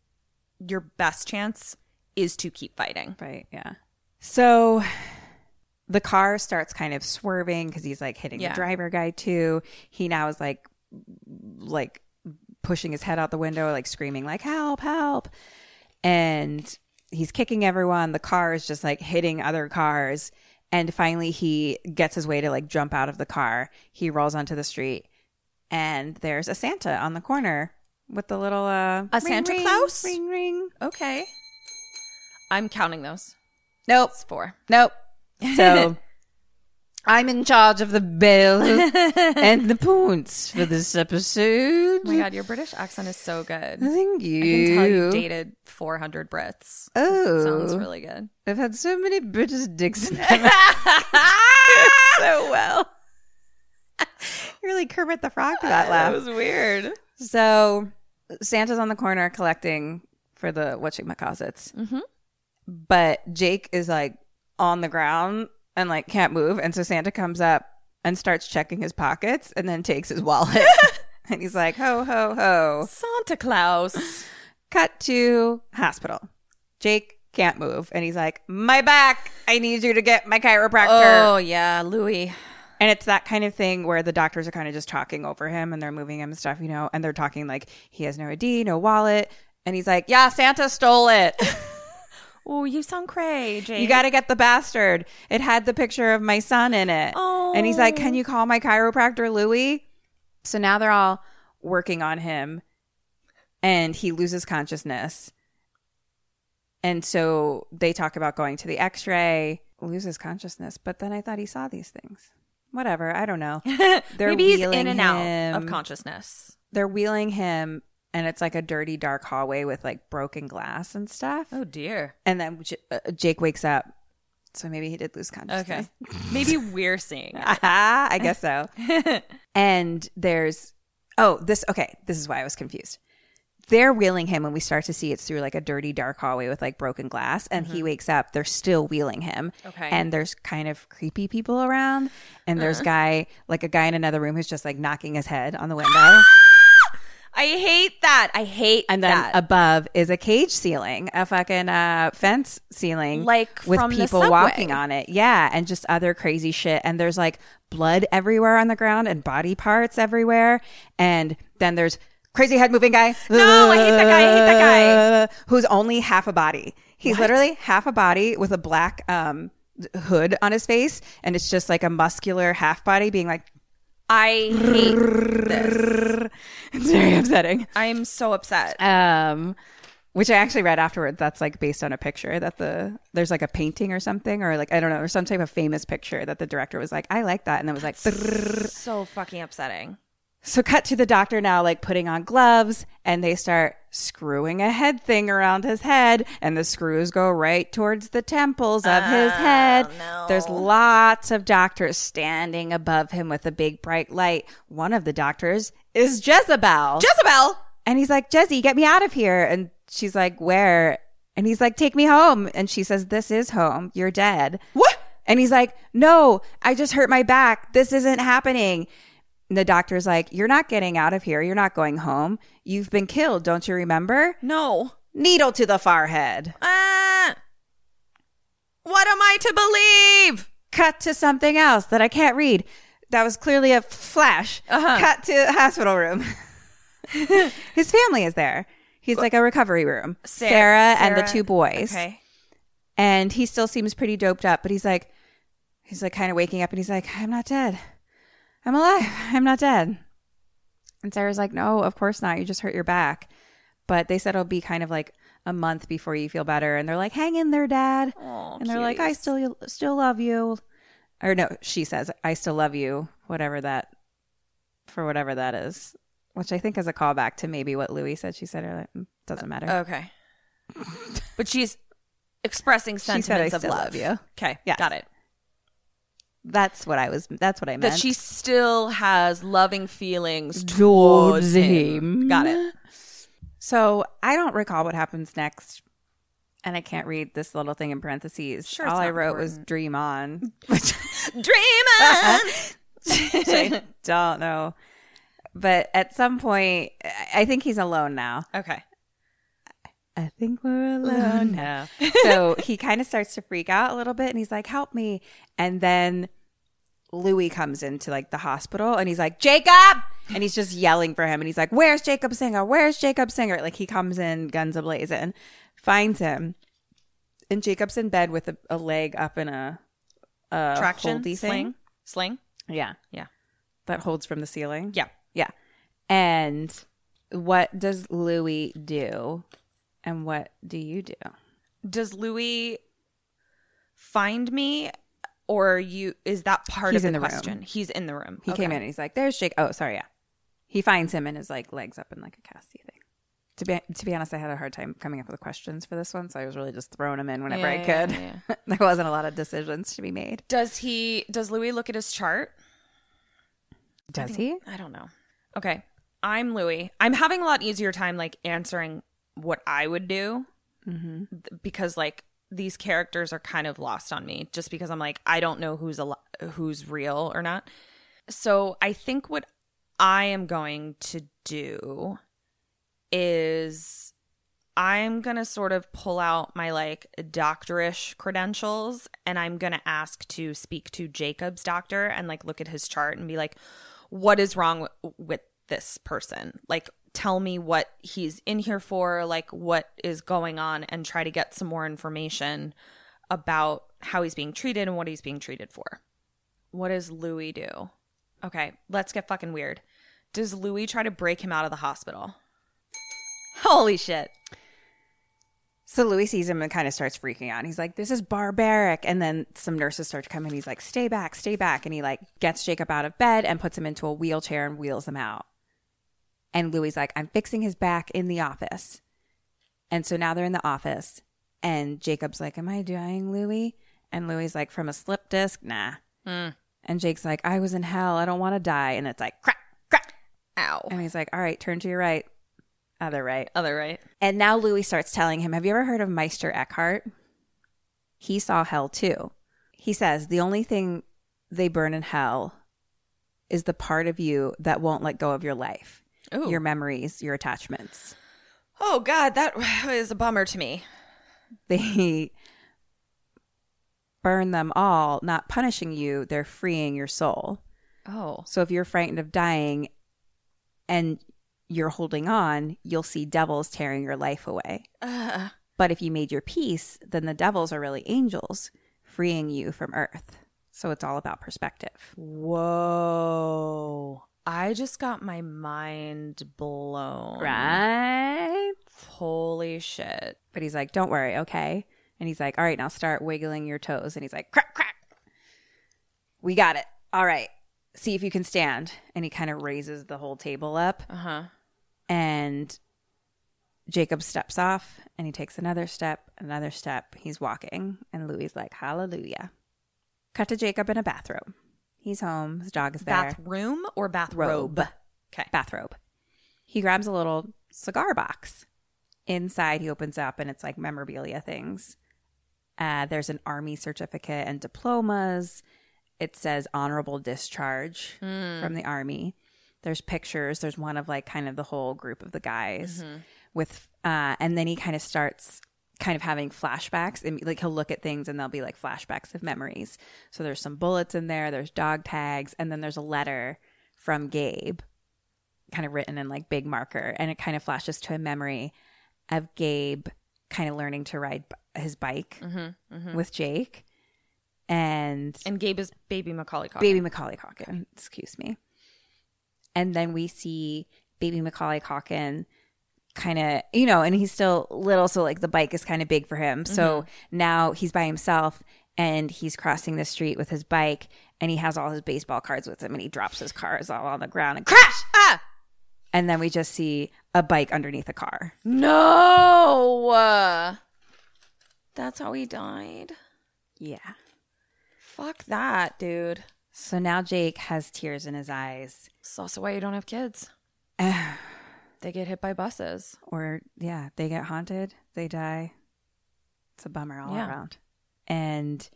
A: your best chance is to keep fighting.
B: Right. Yeah. So the car starts kind of swerving because he's like hitting
A: Yeah.
B: the driver guy too. He now is like, like pushing his head out the window, like screaming, like help, help, and he's kicking everyone. The car is just like hitting other cars, and finally he gets his way to like jump out of the car. He rolls onto the street, and there's a Santa on the corner with the little uh,
A: A Santa
B: ring,
A: Claus?
B: ring ring.
A: Okay, I'm counting those.
B: Nope.
A: It's four.
B: Nope. So I'm in charge of the bill and the points for this episode.
A: Oh my god, your British accent is so good.
B: Thank you.
A: I can tell you dated 400 Brits.
B: Oh.
A: sounds really good.
B: I've had so many British dicks in my mouth. so well. really Kermit the Frog to that laugh.
A: weird.
B: So Santa's on the corner collecting for the whatchamacallits. Mm-hmm. But Jake is like on the ground and like can't move. And so Santa comes up and starts checking his pockets and then takes his wallet. and he's like, ho, ho, ho.
A: Santa Claus.
B: Cut to hospital. Jake can't move. And he's like, my back. I need you to get my chiropractor.
A: Oh yeah, Louis.
B: And it's that kind of thing where the doctors are kind of just talking over him and they're moving him and stuff, you know, and they're talking like he has no ID, no wallet. And he's like, Yeah, Santa stole it.
A: Oh, you sound crazy.
B: you got to get the bastard. It had the picture of my son in it. And he's like, Can you call my chiropractor, Louie? So now they're all working on him and he loses consciousness. And so they talk about going to the x ray, loses consciousness. But then I thought he saw these things. Whatever. I don't know. They're
A: Maybe he's in
B: wheeling
A: and out of
B: him.
A: consciousness.
B: They're wheeling him, and it's like a dirty, dark hallway with like broken glass and stuff.
A: Oh dear.
B: And then J- uh, Jake wakes up. So maybe he did lose consciousness.
A: Okay. Maybe we're seeing. it.
B: Aha, I guess so. and there's oh, this okay, this is why I was confused. They're wheeling him and we start to see it's through like a dirty dark hallway with like broken glass and he wakes up, they're still wheeling him.
A: Mm-hmm. Okay. Uh-huh.
B: And there's kind of creepy people around and there's guy like a guy in another room who's just like knocking his head on the window.
A: I hate that. I hate
B: and then
A: that.
B: above is a cage ceiling, a fucking uh, fence ceiling,
A: Like
B: with
A: from the
B: people
A: subway.
B: walking on it, yeah, and just other crazy shit. And there's like blood everywhere on the ground and body parts everywhere, and then there's crazy head moving guy.
A: No, I hate that guy, I hate that
B: guy. Who's only half a body. He's literally half a body with a black um, hood on his face, and it's just like a muscular half body being like.
A: I hate this.
B: It's very upsetting.
A: I'm so upset.
B: um which I actually read afterward. That's like based on a picture that the there's like a painting or something, or like I don't know, or some type of famous picture that the director was like, I like that, and then was like, "Brrr."
A: so fucking upsetting.
B: so cut to the doctor now, like putting on gloves, and they start screwing a head thing around his head, and the screws go right towards the temples of his head. There's lots of doctors standing above him with a big bright light. One of the doctors is Jezebel.
A: Jezebel.
B: And he's like, Jesse, get me out of here. And she's like, Where? And he's like, Take me home. And she says, This is home. You're dead. What? And he's like, No, I just hurt my back. This isn't happening. the doctor's like, You're not getting out of here. You're not going home. You've been killed. Don't you remember?
A: No.
B: Needle to the forehead.
A: Ah. What am I to believe?
B: Cut to something else that I can't read. That was clearly a flash.
A: Uh-huh.
B: Cut to hospital room. His family is there. He's like a recovery room. Sarah, and the
A: Sarah-
B: two boys.
A: Okay.
B: and he still seems pretty doped up but he's like he's like kind of waking up and he's like i'm not dead i'm alive i'm not dead and sarah's like no of course not you just hurt your back but they said it'll be kind of like a month before you feel better and they're like hang in there dad and they're like i still still love you or no she says i still love you whatever that for whatever that is which i think is a callback to maybe what louis said she said it doesn't matter
A: Okay. but she's expressing
B: said,
A: sentiments
B: "I
A: of
B: still
A: love.
B: love you.
A: Okay.
B: Yes.
A: Got it.
B: that's what i was that's what i meant
A: That she still has loving feelings
B: Towards
A: towards him.
B: him.
A: Got it.
B: So I don't recall what happens next. And I can't read this little thing in parentheses.
A: Sure, it's
B: All I
A: not
B: wrote was dream on.
A: Dreamer.
B: I don't know. But at some point, I- I think he's alone now.
A: okay.
B: I think we're alone now. so he kind of starts to freak out a little bit and he's like, help me. And then Louis comes into like the hospital and he's like, Jacob. And he's just yelling for him. And he's like, where's Jacob Singer? Where's Jacob Singer? Like he comes in, guns ablazing, finds him. And Jacob's in bed with a, a leg up in a, a
A: Traction.
B: holdy
A: Sling. Sling.
B: Thing. Yeah.
A: Yeah.
B: That holds from the ceiling.
A: Yeah.
B: Yeah. And what does Louis do? And what do you do?
A: Does Louis find me, or you? Is that part
B: He's
A: of
B: in
A: the,
B: the room.
A: question? He's in the room.
B: He came in and he's like, "There's Jake." Oh, sorry, yeah. He finds him and his like legs up in like a casty thing. To be to be honest, I had a hard time coming up with questions for this one, so I was really just throwing them in whenever I
A: Yeah,
B: could.
A: yeah,
B: there wasn't a lot of decisions to be made.
A: Does he? Does Louis look at his chart?
B: Does he?
A: I don't know. Okay. I'm Louie. I'm having a lot easier time like answering what I would do th- because like these characters are kind of lost on me just because I'm like I don't know who's al- who's real or not. So I think what I am going to do is I'm going to sort of pull out my like doctorish credentials and I'm going to ask to speak to Jacob's doctor and like look at his chart and be like, what is wrong w- with this person? Like, tell me what he's in here for, like, what is going on, and try to get some more information about how he's being treated and what he's being treated for. What does Louis do? Okay, let's get fucking weird. Does Louis try to break him out of the hospital? Holy shit.
B: So Louis sees him and kind of starts freaking out. He's like, "This is barbaric!" And then some nurses start to come in. He's like, "Stay back, stay back!" And he like gets Jacob out of bed and puts him into a wheelchair and wheels him out. And Louis like, "I'm fixing his back in the office." And so now they're in the office, and Jacob's like, "Am I dying, Louis?" And Louis like, "From a slip disc, nah." And Jake's like, "I was in hell. I don't want to die." And it's like, crack, crack.
A: Ow.
B: And he's like, "All right, turn to your right, other right."
A: Other right.
B: And now Louis starts telling him, Have you ever heard of Meister Eckhart? He saw hell too. He says, The only thing they burn in hell is the part of you that won't let go of your life,
A: Ooh.
B: your memories, your attachments.
A: oh, God, that is a bummer to me.
B: They burn them all, not punishing you, they're freeing your soul.
A: Oh.
B: So if you're frightened of dying and you're holding on, you'll see devils tearing your life away. But if you made your peace, then the devils are really angels freeing you from earth. So it's all about perspective.
A: Whoa. I just got my mind blown.
B: Right?
A: Holy shit.
B: But he's like, don't worry, okay? And he's like, all right, now start wiggling your toes. And he's like, crack, crack. We got it. All right. See if you can stand. And he kind of raises the whole table up.
A: Uh huh.
B: And Jacob steps off and he takes another step, another step. He's walking, and Louis is like, Hallelujah. Cut to Jacob in a bathrobe. He's home. His dog is there.
A: Bathroom or bathrobe? Okay.
B: Bathrobe. He grabs a little cigar box. Inside, he opens up and it's like memorabilia things. Uh, there's an army certificate and diplomas it says honorable discharge
A: Hmm.
B: from the army. There's pictures. There's one of like kind of the whole group of the guys
A: Mm-hmm.
B: with, uh, and then he kind of starts kind of having flashbacks and like he'll look at things and they'll be like flashbacks of memories. So there's some bullets in there. There's dog tags, and then there's a letter from Gabe kind of written in like big marker and it kind of flashes to a memory of Gabe kind of learning to ride b- his bike with Jake and
A: And Gabe is baby Macaulay Culkin.
B: baby Macaulay Calkin, excuse me. And then we see baby Macaulay Calkin kind of, you know, and he's still little, so like the bike is kind of big for him. So now he's by himself and he's crossing the street with his bike and he has all his baseball cards with him and he drops his cards all on the ground and crash! Ah! And then we just see a bike underneath a car.
A: No. Uh, That's how he died.
B: Yeah.
A: Fuck that, dude.
B: So now Jake has tears in his eyes.
A: It's also why you don't have kids. they get hit by buses.
B: or yeah, they get haunted, they die. It's a bummer all
A: Yeah.
B: around. And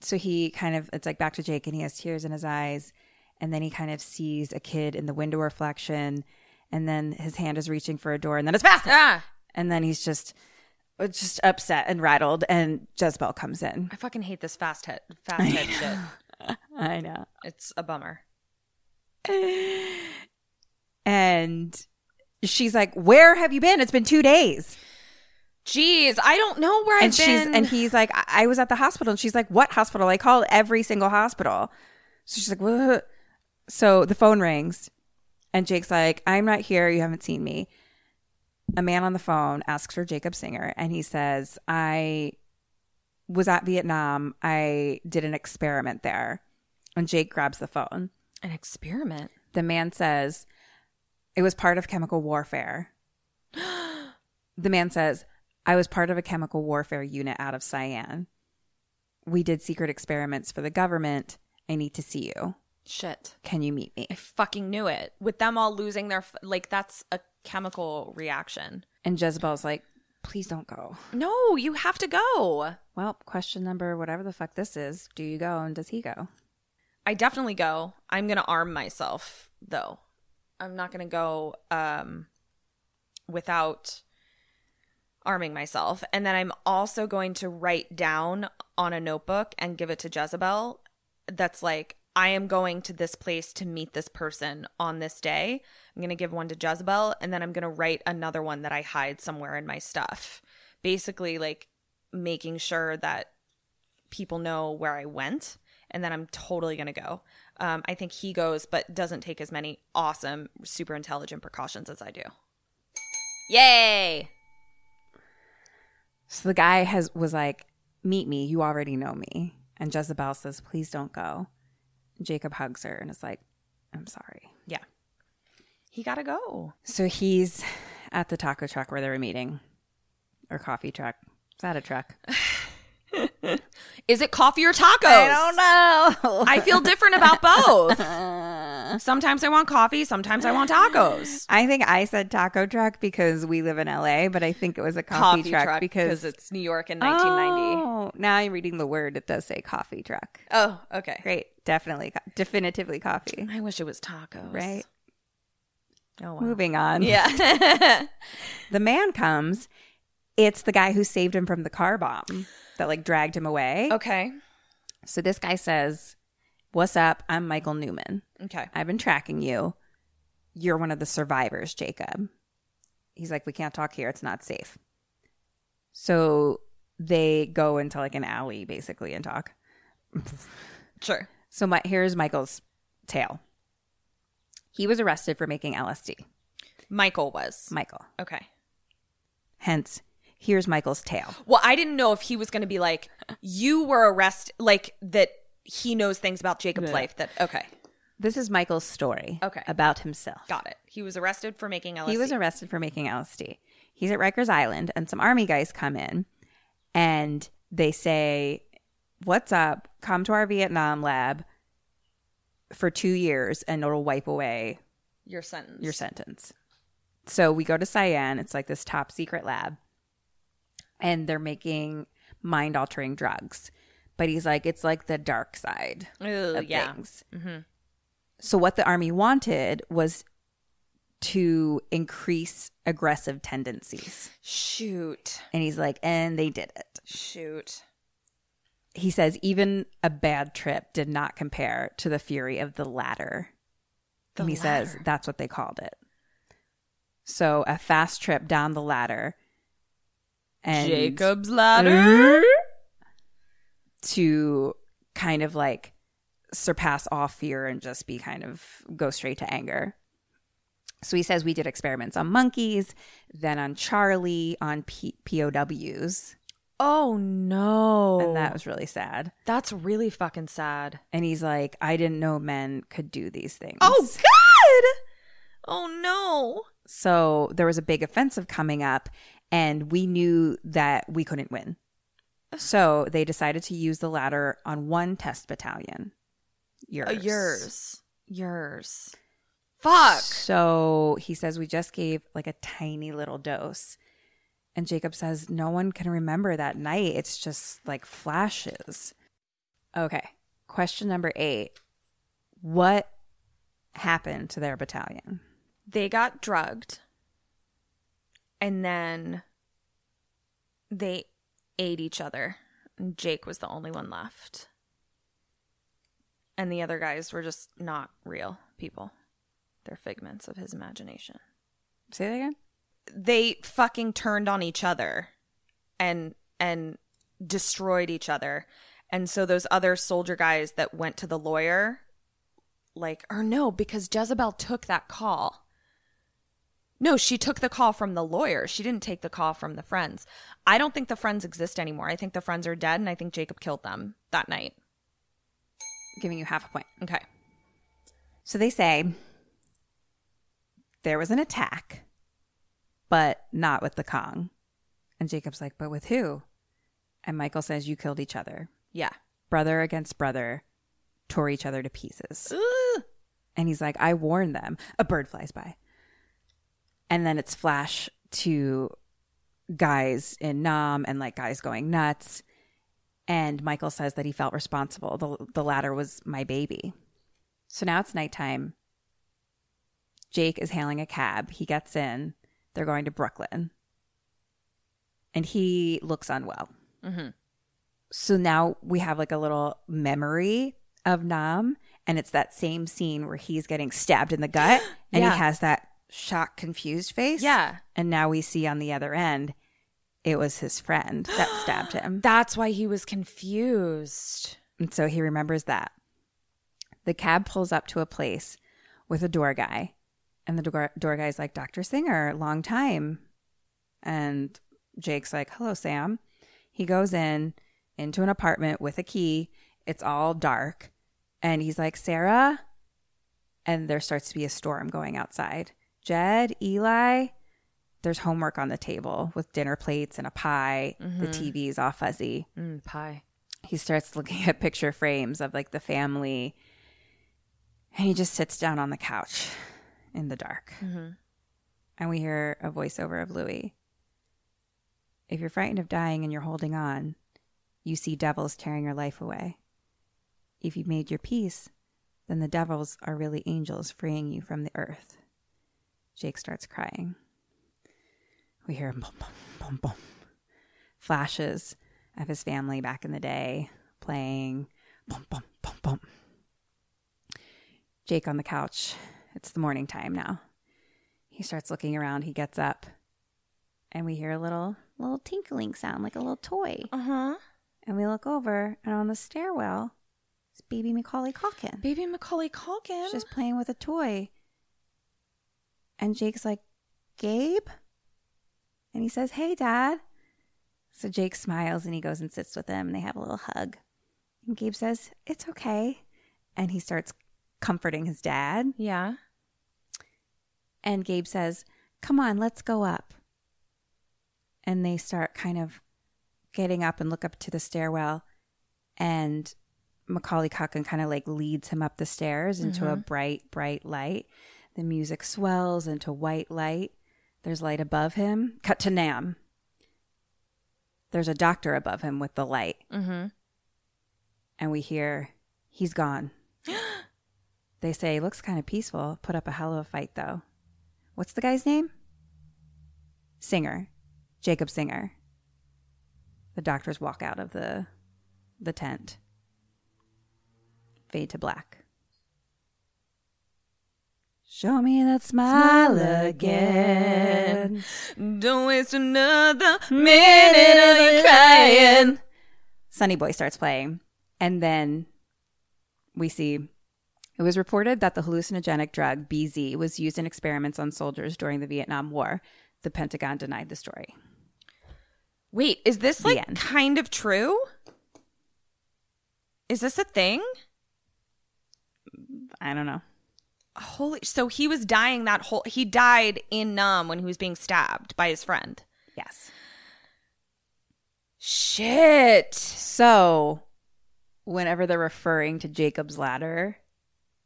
B: so he kind of it's like back to Jake and he has tears in his eyes and then he kind of sees a kid in the window reflection and then his hand is reaching for a door and then it's fast
A: Ah,
B: and then he's just just upset and rattled and Jezebel comes in.
A: I fucking hate this fast hit. Fast hit shit.
B: I know.
A: It's a bummer.
B: And she's like, "Where have you been? It's been 2 days."
A: Jeez, I don't know where
B: and
A: I've
B: she's
A: been.
B: and he's like I-, I was at the hospital and she's like what hospital i called every single hospital so she's like "Wha-" so the phone rings and jake's like i'm not here you haven't seen me a man on the phone asks for jacob singer and he says i was at vietnam i did an experiment there and jake grabs the phone
A: an experiment.
B: the man says it was part of chemical warfare. the man says, I was part of a chemical warfare unit out of Cyan. We did secret experiments for the government. I need to see you.
A: Shit.
B: Can you meet me?
A: I fucking knew it. With them all losing their f- like that's a chemical reaction.
B: And Jezebel's like, please don't go.
A: No, you have to go.
B: Well, question number, whatever the fuck this is, do you go and does he go?
A: I definitely go. I'm going to arm myself though. I'm not going to go um without arming myself. And then I'm also going to write down on a notebook and give it to Jezebel that's like, I am going to this place to meet this person on this day. I'm going to give one to Jezebel and then I'm going to write another one that I hide somewhere in my stuff. Basically, like making sure that people know where I went and then I'm totally going to go. Um, I think he goes, but doesn't take as many awesome, super intelligent precautions as I do. Yay!
B: So the guy has was like, "Meet me. You already know me." And Jezebel says, "Please don't go." Jacob hugs her and is like, "I'm sorry."
A: Yeah. He got to go.
B: So he's at the taco truck where they were meeting, or coffee truck. Is that a truck?
A: Is it coffee or tacos?
B: I don't know.
A: I feel different about both. Sometimes I want coffee, sometimes I want tacos.
B: I think I said taco truck because we live in LA, but I think it was a coffee, truck, because
A: it's New York in 1990.
B: Oh, now I'm reading the word. It does say coffee truck.
A: Oh, okay.
B: Great, definitely, co- definitively coffee.
A: I wish it was tacos.
B: Right.
A: Oh, wow.
B: Moving on.
A: Yeah.
B: The man comes. It's the guy who saved him from the car bomb that like dragged him away.
A: okay.
B: So this guy says, "What's up? I'm Michael Newman."
A: Okay.
B: I've been tracking you. You're one of the survivors, Jacob. He's like, we can't talk here. It's not safe. So they go into like an alley basically and talk.
A: Sure.
B: So my, here's Michael's tale. He was arrested for making LSD.
A: Michael was.
B: Michael.
A: Okay.
B: Hence, here's Michael's tale.
A: Well, I didn't know if he was going to be like, you were arrested, like that he knows things about Jacob's life that, okay,
B: This is Michael's story
A: Okay.
B: about himself.
A: got it. He was arrested for making LSD.
B: He was arrested for making LSD. He's at Rikers Island, and some army guys come in and they say, What's up? Come to our Vietnam lab for two years and it'll wipe away
A: Your sentence.
B: your sentence. So we go to Cyan. It's like this top secret lab, and they're making mind altering drugs. but he's like, it's like the dark side
A: Ooh,
B: of
A: yeah. Mm-hmm.
B: things. So what the army wanted was to increase aggressive tendencies.
A: Shoot.
B: And he's like, and they did it.
A: Shoot.
B: He says, even a bad trip did not compare to the fury of the latter. and he says, that's what they called it. So a fast trip down the ladder. And
A: Jacob's ladder.
B: to kind of like surpass all fear and just be kind of go straight to anger. So he says we did experiments on monkeys, then on Charlie, on P- POWs,
A: Oh no.
B: and that was really sad.
A: that's really fucking sad.
B: And he's like, I didn't know men could do these things.
A: Oh god. Oh no.
B: so there was a big offensive coming up, and we knew that we couldn't win. So they decided to use the ladder on one test battalion. Yours.
A: Uh, yours. Yours. Fuck.
B: So he says, We just gave like a tiny little dose. And Jacob says, No one can remember that night. It's just like flashes. Okay. Question number eight What happened to their battalion?
A: They got drugged. And then they ate each other. And Jake was the only one left. And the other guys were just not real people. They're figments of his imagination.
B: Say that again.
A: they fucking turned on each other and and destroyed each other and so those other soldier guys that went to the lawyer like or no because jezebel took that call no she took the call from the lawyer she didn't take the call from the friends i don't think the friends exist anymore i think the friends are dead and i think jacob killed them that night
B: giving you half a point.
A: okay
B: So they say there was an attack, but not with the Kong. And Jacob's like, But with who? And Michael says, You killed each other.
A: yeah
B: brother against brother tore each other to pieces. And he's like, I warned them. A bird flies by. And then it's flash to guys in Nam and like guys going nuts. And Michael says that he felt responsible. The, the latter was my baby. So now it's nighttime. Jake is hailing a cab. He gets in. They're going to Brooklyn. And he looks unwell
A: Mm-hmm.
B: so now we have like a little memory of Nam, and it's that same scene where he's getting stabbed in the gut and
A: Yeah.
B: he has that shocked, confused face.
A: Yeah.
B: And now we see on the other end, it was his friend that stabbed him.
A: that's why he was confused
B: And so he remembers that. The cab pulls up to a place with a door guy, and the door, door guy's like, Dr. Singer, long time. And Jake's like, Hello, Sam. He goes in into an apartment with a key. It's all dark. And he's like, Sarah. And there starts to be a storm going outside. Jed, Eli, there's homework on the table with dinner plates and a pie. The TV's all fuzzy
A: pie
B: he starts looking at picture frames of like the family and he just sits down on the couch in the dark and we hear a voiceover of louis if you're frightened of dying and you're holding on you see devils tearing your life away if you've made your peace then the devils are really angels freeing you from the earth jake starts crying we hear boom, boom, boom, boom. flashes of his family back in the day playing. Bum, bum, bum, bum. Jake on the couch. It's the morning time now. He starts looking around. He gets up, and we hear a little little tinkling sound, like a little toy.
A: uh-huh
B: And we look over, and on the stairwell, it's baby Macaulay Calkin.
A: baby macaulay calkin
B: She's just playing with a toy. And Jake's like, Gabe? And he says, Hey, Dad. So Jake smiles and he goes and sits with him and they have a little hug. And Gabe says, It's okay. And he starts comforting his dad.
A: yeah
B: And Gabe says, Come on, let's go up. And they start kind of getting up and look up to the stairwell. And Macaulay Culkin kind of like leads him up the stairs into a bright, bright light. The music swells into white light. There's light above him. Cut to Nam. There's a doctor above him with the light.
A: mm-hmm
B: and we hear he's gone. they say looks kind of peaceful. Put up a hell of a fight though. What's the guy's name? Singer, Jacob Singer. The doctors walk out of the the tent. Fade to black. Show me that smile again.
A: Don't waste another minute of your crying.
B: Sunny Boy starts playing. And then we see it was reported that the hallucinogenic drug BZ was used in experiments on soldiers during the Vietnam War. The Pentagon denied the story.
A: Wait, is this like
B: end.
A: kind of true? Is this a thing?
B: I don't know.
A: Holy, so he was dying that whole. He died in Nam when he was being stabbed by his friend.
B: Yes.
A: Shit.
B: So whenever they're referring to Jacob's Ladder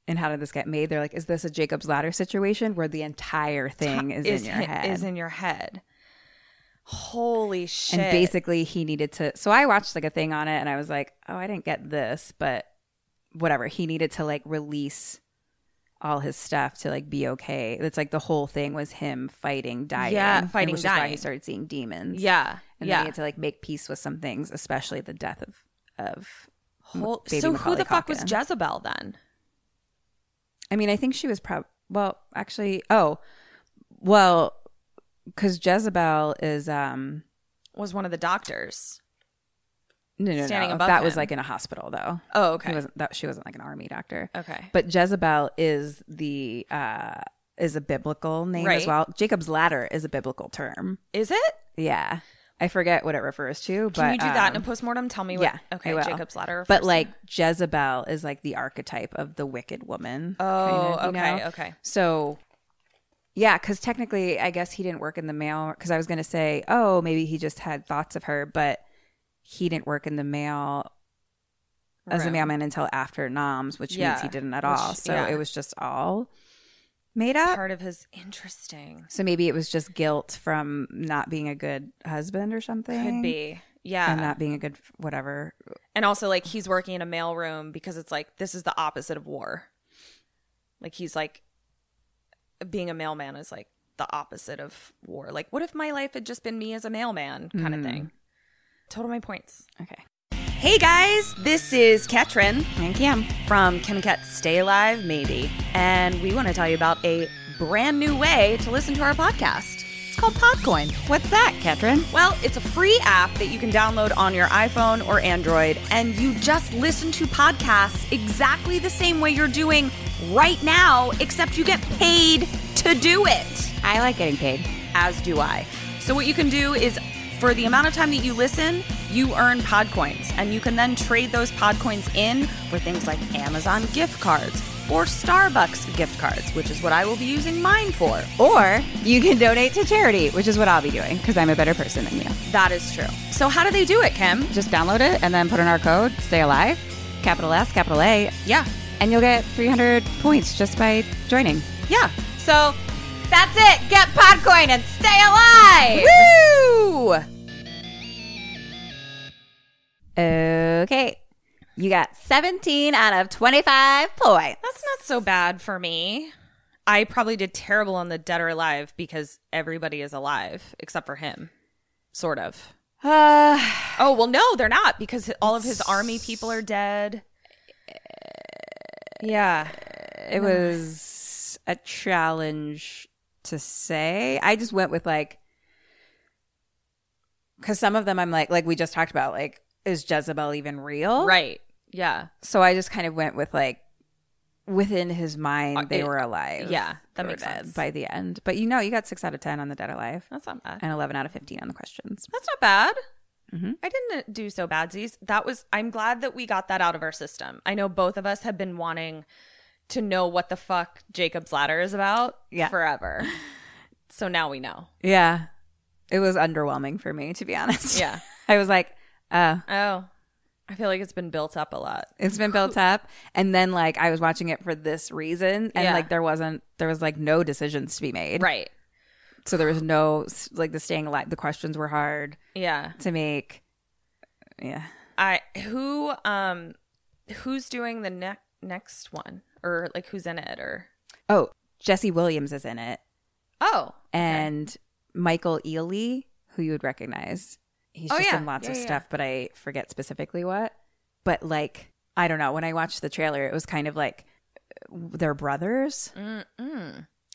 B: and how did this get made, they're like, is this a Jacob's Ladder situation where the entire thing is, in your
A: hi-
B: head?
A: Is in your head. Holy shit.
B: And basically, he needed to. So I watched like a thing on it, and I was like, "Oh, I didn't get this," but whatever. He needed to like release all his stuff to like be okay. It's like the whole thing was him fighting, dying,
A: Yeah, fighting,
B: which is why he
A: dying.
B: started seeing demons.
A: yeah,
B: and then
A: yeah.
B: he had to like make peace with some things, especially the death of of.
A: Hol-
B: baby
A: so who
B: Macaulay
A: the fuck was
B: Culkin.
A: Jezebel then?
B: I mean, I think she was prob. Well, actually, oh, well, because Jezebel is um
A: Was one of the doctors.
B: no no
A: Standing
B: no
A: above
B: that was
A: him.
B: like in a hospital though.
A: Oh,
B: He
A: okay.
B: wasn't that she wasn't like an army doctor.
A: okay.
B: But Jezebel is the uh is a biblical name
A: Right.
B: as well. Jacob's ladder is a biblical term.
A: Is it?
B: Yeah. I forget what it refers to, but
A: Can you do that in
B: um,
A: a postmortem? Tell me what.
B: yeah,
A: Okay.
B: I will.
A: Jacob's ladder.
B: But
A: refers
B: like
A: to-
B: Jezebel is like the archetype of the wicked woman.
A: Oh,
B: kinda, you
A: okay,
B: know?
A: okay.
B: So yeah, because technically, I guess he didn't work in the mail. Because I was going to say, oh, maybe he just had thoughts of her, but he didn't work in the mail as a
A: Room.
B: mailman until after Noms, which means
A: Yeah,
B: he didn't at
A: which-
B: all. So
A: yeah.
B: it was just all made up.
A: part of his interesting.
B: So maybe it was just guilt from not being a good husband or something.
A: Could be. Yeah.
B: And not being a good f- whatever.
A: And also, like, he's working in a mailroom because it's like this is the opposite of war. Like, he's like, being a mailman is like the opposite of war. Like, what if my life had just been me as a mailman kind of thing? Total my points.
B: Mm. Okay.
A: Hey guys, this is Ketrin
B: And Cam.
A: from Kim and Kat Stay Alive Maybe, and we want to tell you about a brand new way to listen to our podcast. It's called Podcoin.
B: What's that, Ketrin?
A: Well, it's a free app that you can download on your iPhone or Android, and you just listen to podcasts exactly the same way you're doing right now, except you get paid to do it
B: I like getting paid.
A: as do I. So what you can do is for the amount of time that you listen, you earn pod coins and you can then trade those pod coins in for things like Amazon gift cards or Starbucks gift cards, which is what I will be using mine for.
B: Or you can donate to charity, which is what I'll be doing because I'm a better person than you.
A: That is true. So how do they do it, Kim?
B: Just download it and then put in our code, stay alive, capital S, capital A,
A: Yeah.
B: and you'll get 300 points just by joining.
A: Yeah.
B: So that's it. Get Podcoin and stay alive. Woo! Okay. You got 17 out of 25 points.
A: That's not so bad for me. I probably did terrible on the dead or alive because everybody is alive except for him. Sort of.
B: Uh,
A: Oh, well, no, they're not because all of his army people are dead. Yeah.
B: it was a challenge to say. I just went with like, because some of them I'm like, like we just talked about, like, is Jezebel even real?
A: Right. Yeah.
B: So I just kind of went with like within his
A: Uh,
B: mind they
A: it-
B: were alive.
A: yeah, that
B: They were
A: makes
B: dead
A: sense.
B: by the end. But you know, you got six out of ten on the dead alive
A: That's not bad.
B: and eleven out of fifteen on the questions.
A: That's not bad.
B: Mhm.
A: I didn't do so badsies. That was I'm glad that we got that out of our system. I know both of us have been wanting to know what the fuck Jacob's ladder is about
B: Yeah.
A: forever. So now we know.
B: Yeah, it was underwhelming for me to be honest.
A: Yeah.
B: I was like, oh,
A: Oh. I feel like it's been built up a lot.
B: it's been built up, and then like I was watching it for this reason, and
A: Yeah.
B: like there wasn't, there was like no decisions to be made.
A: Right.
B: So there was no s- like the staying alive. The questions were hard
A: Yeah.
B: to make. Yeah.
A: I who um who's doing the next next one or like who's in it or
B: Oh, Jesse Williams is in it,
A: oh
B: and Michael Ealy, who you would recognize. He's
A: Oh,
B: just
A: yeah.
B: in lots
A: Yeah,
B: of
A: yeah,
B: stuff, but I forget specifically what. But like, I don't know. When I watched the trailer, it was kind of like uh, they're brothers,
A: Hmm.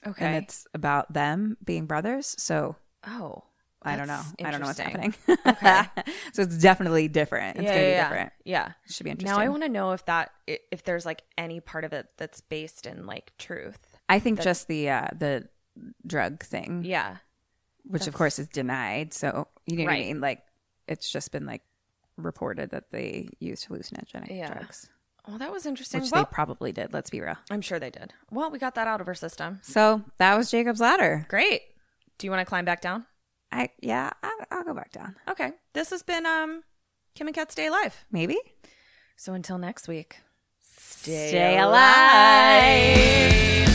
A: okay
B: and it's about them being brothers. So
A: oh
B: I don't know.
A: that's
B: I don't know what's happening.
A: interesting.
B: so it's definitely different. It's
A: yeah,
B: gonna be
A: yeah,
B: different.
A: yeah
B: It should be interesting.
A: now i want to know if that i- if there's like any part of it that's based in like truth
B: I think just the uh, the drug thing,
A: yeah
B: which of course is denied. So you know what I
A: Right.
B: mean? Like it's just been like reported that they used hallucinogenic
A: Yeah.
B: drugs,
A: well that was interesting
B: which
A: Well,
B: they probably did. Let's be real.
A: i'm sure they did well we got that out of our system
B: So that was Jacob's ladder.
A: great do you want to climb back down
B: I yeah, I, I'll go back down.
A: okay this has been um kim and Cat's day live
B: Maybe
A: so until next week
B: stay,
A: alive.
B: alive.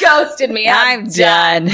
B: Ghosted me. I'm done.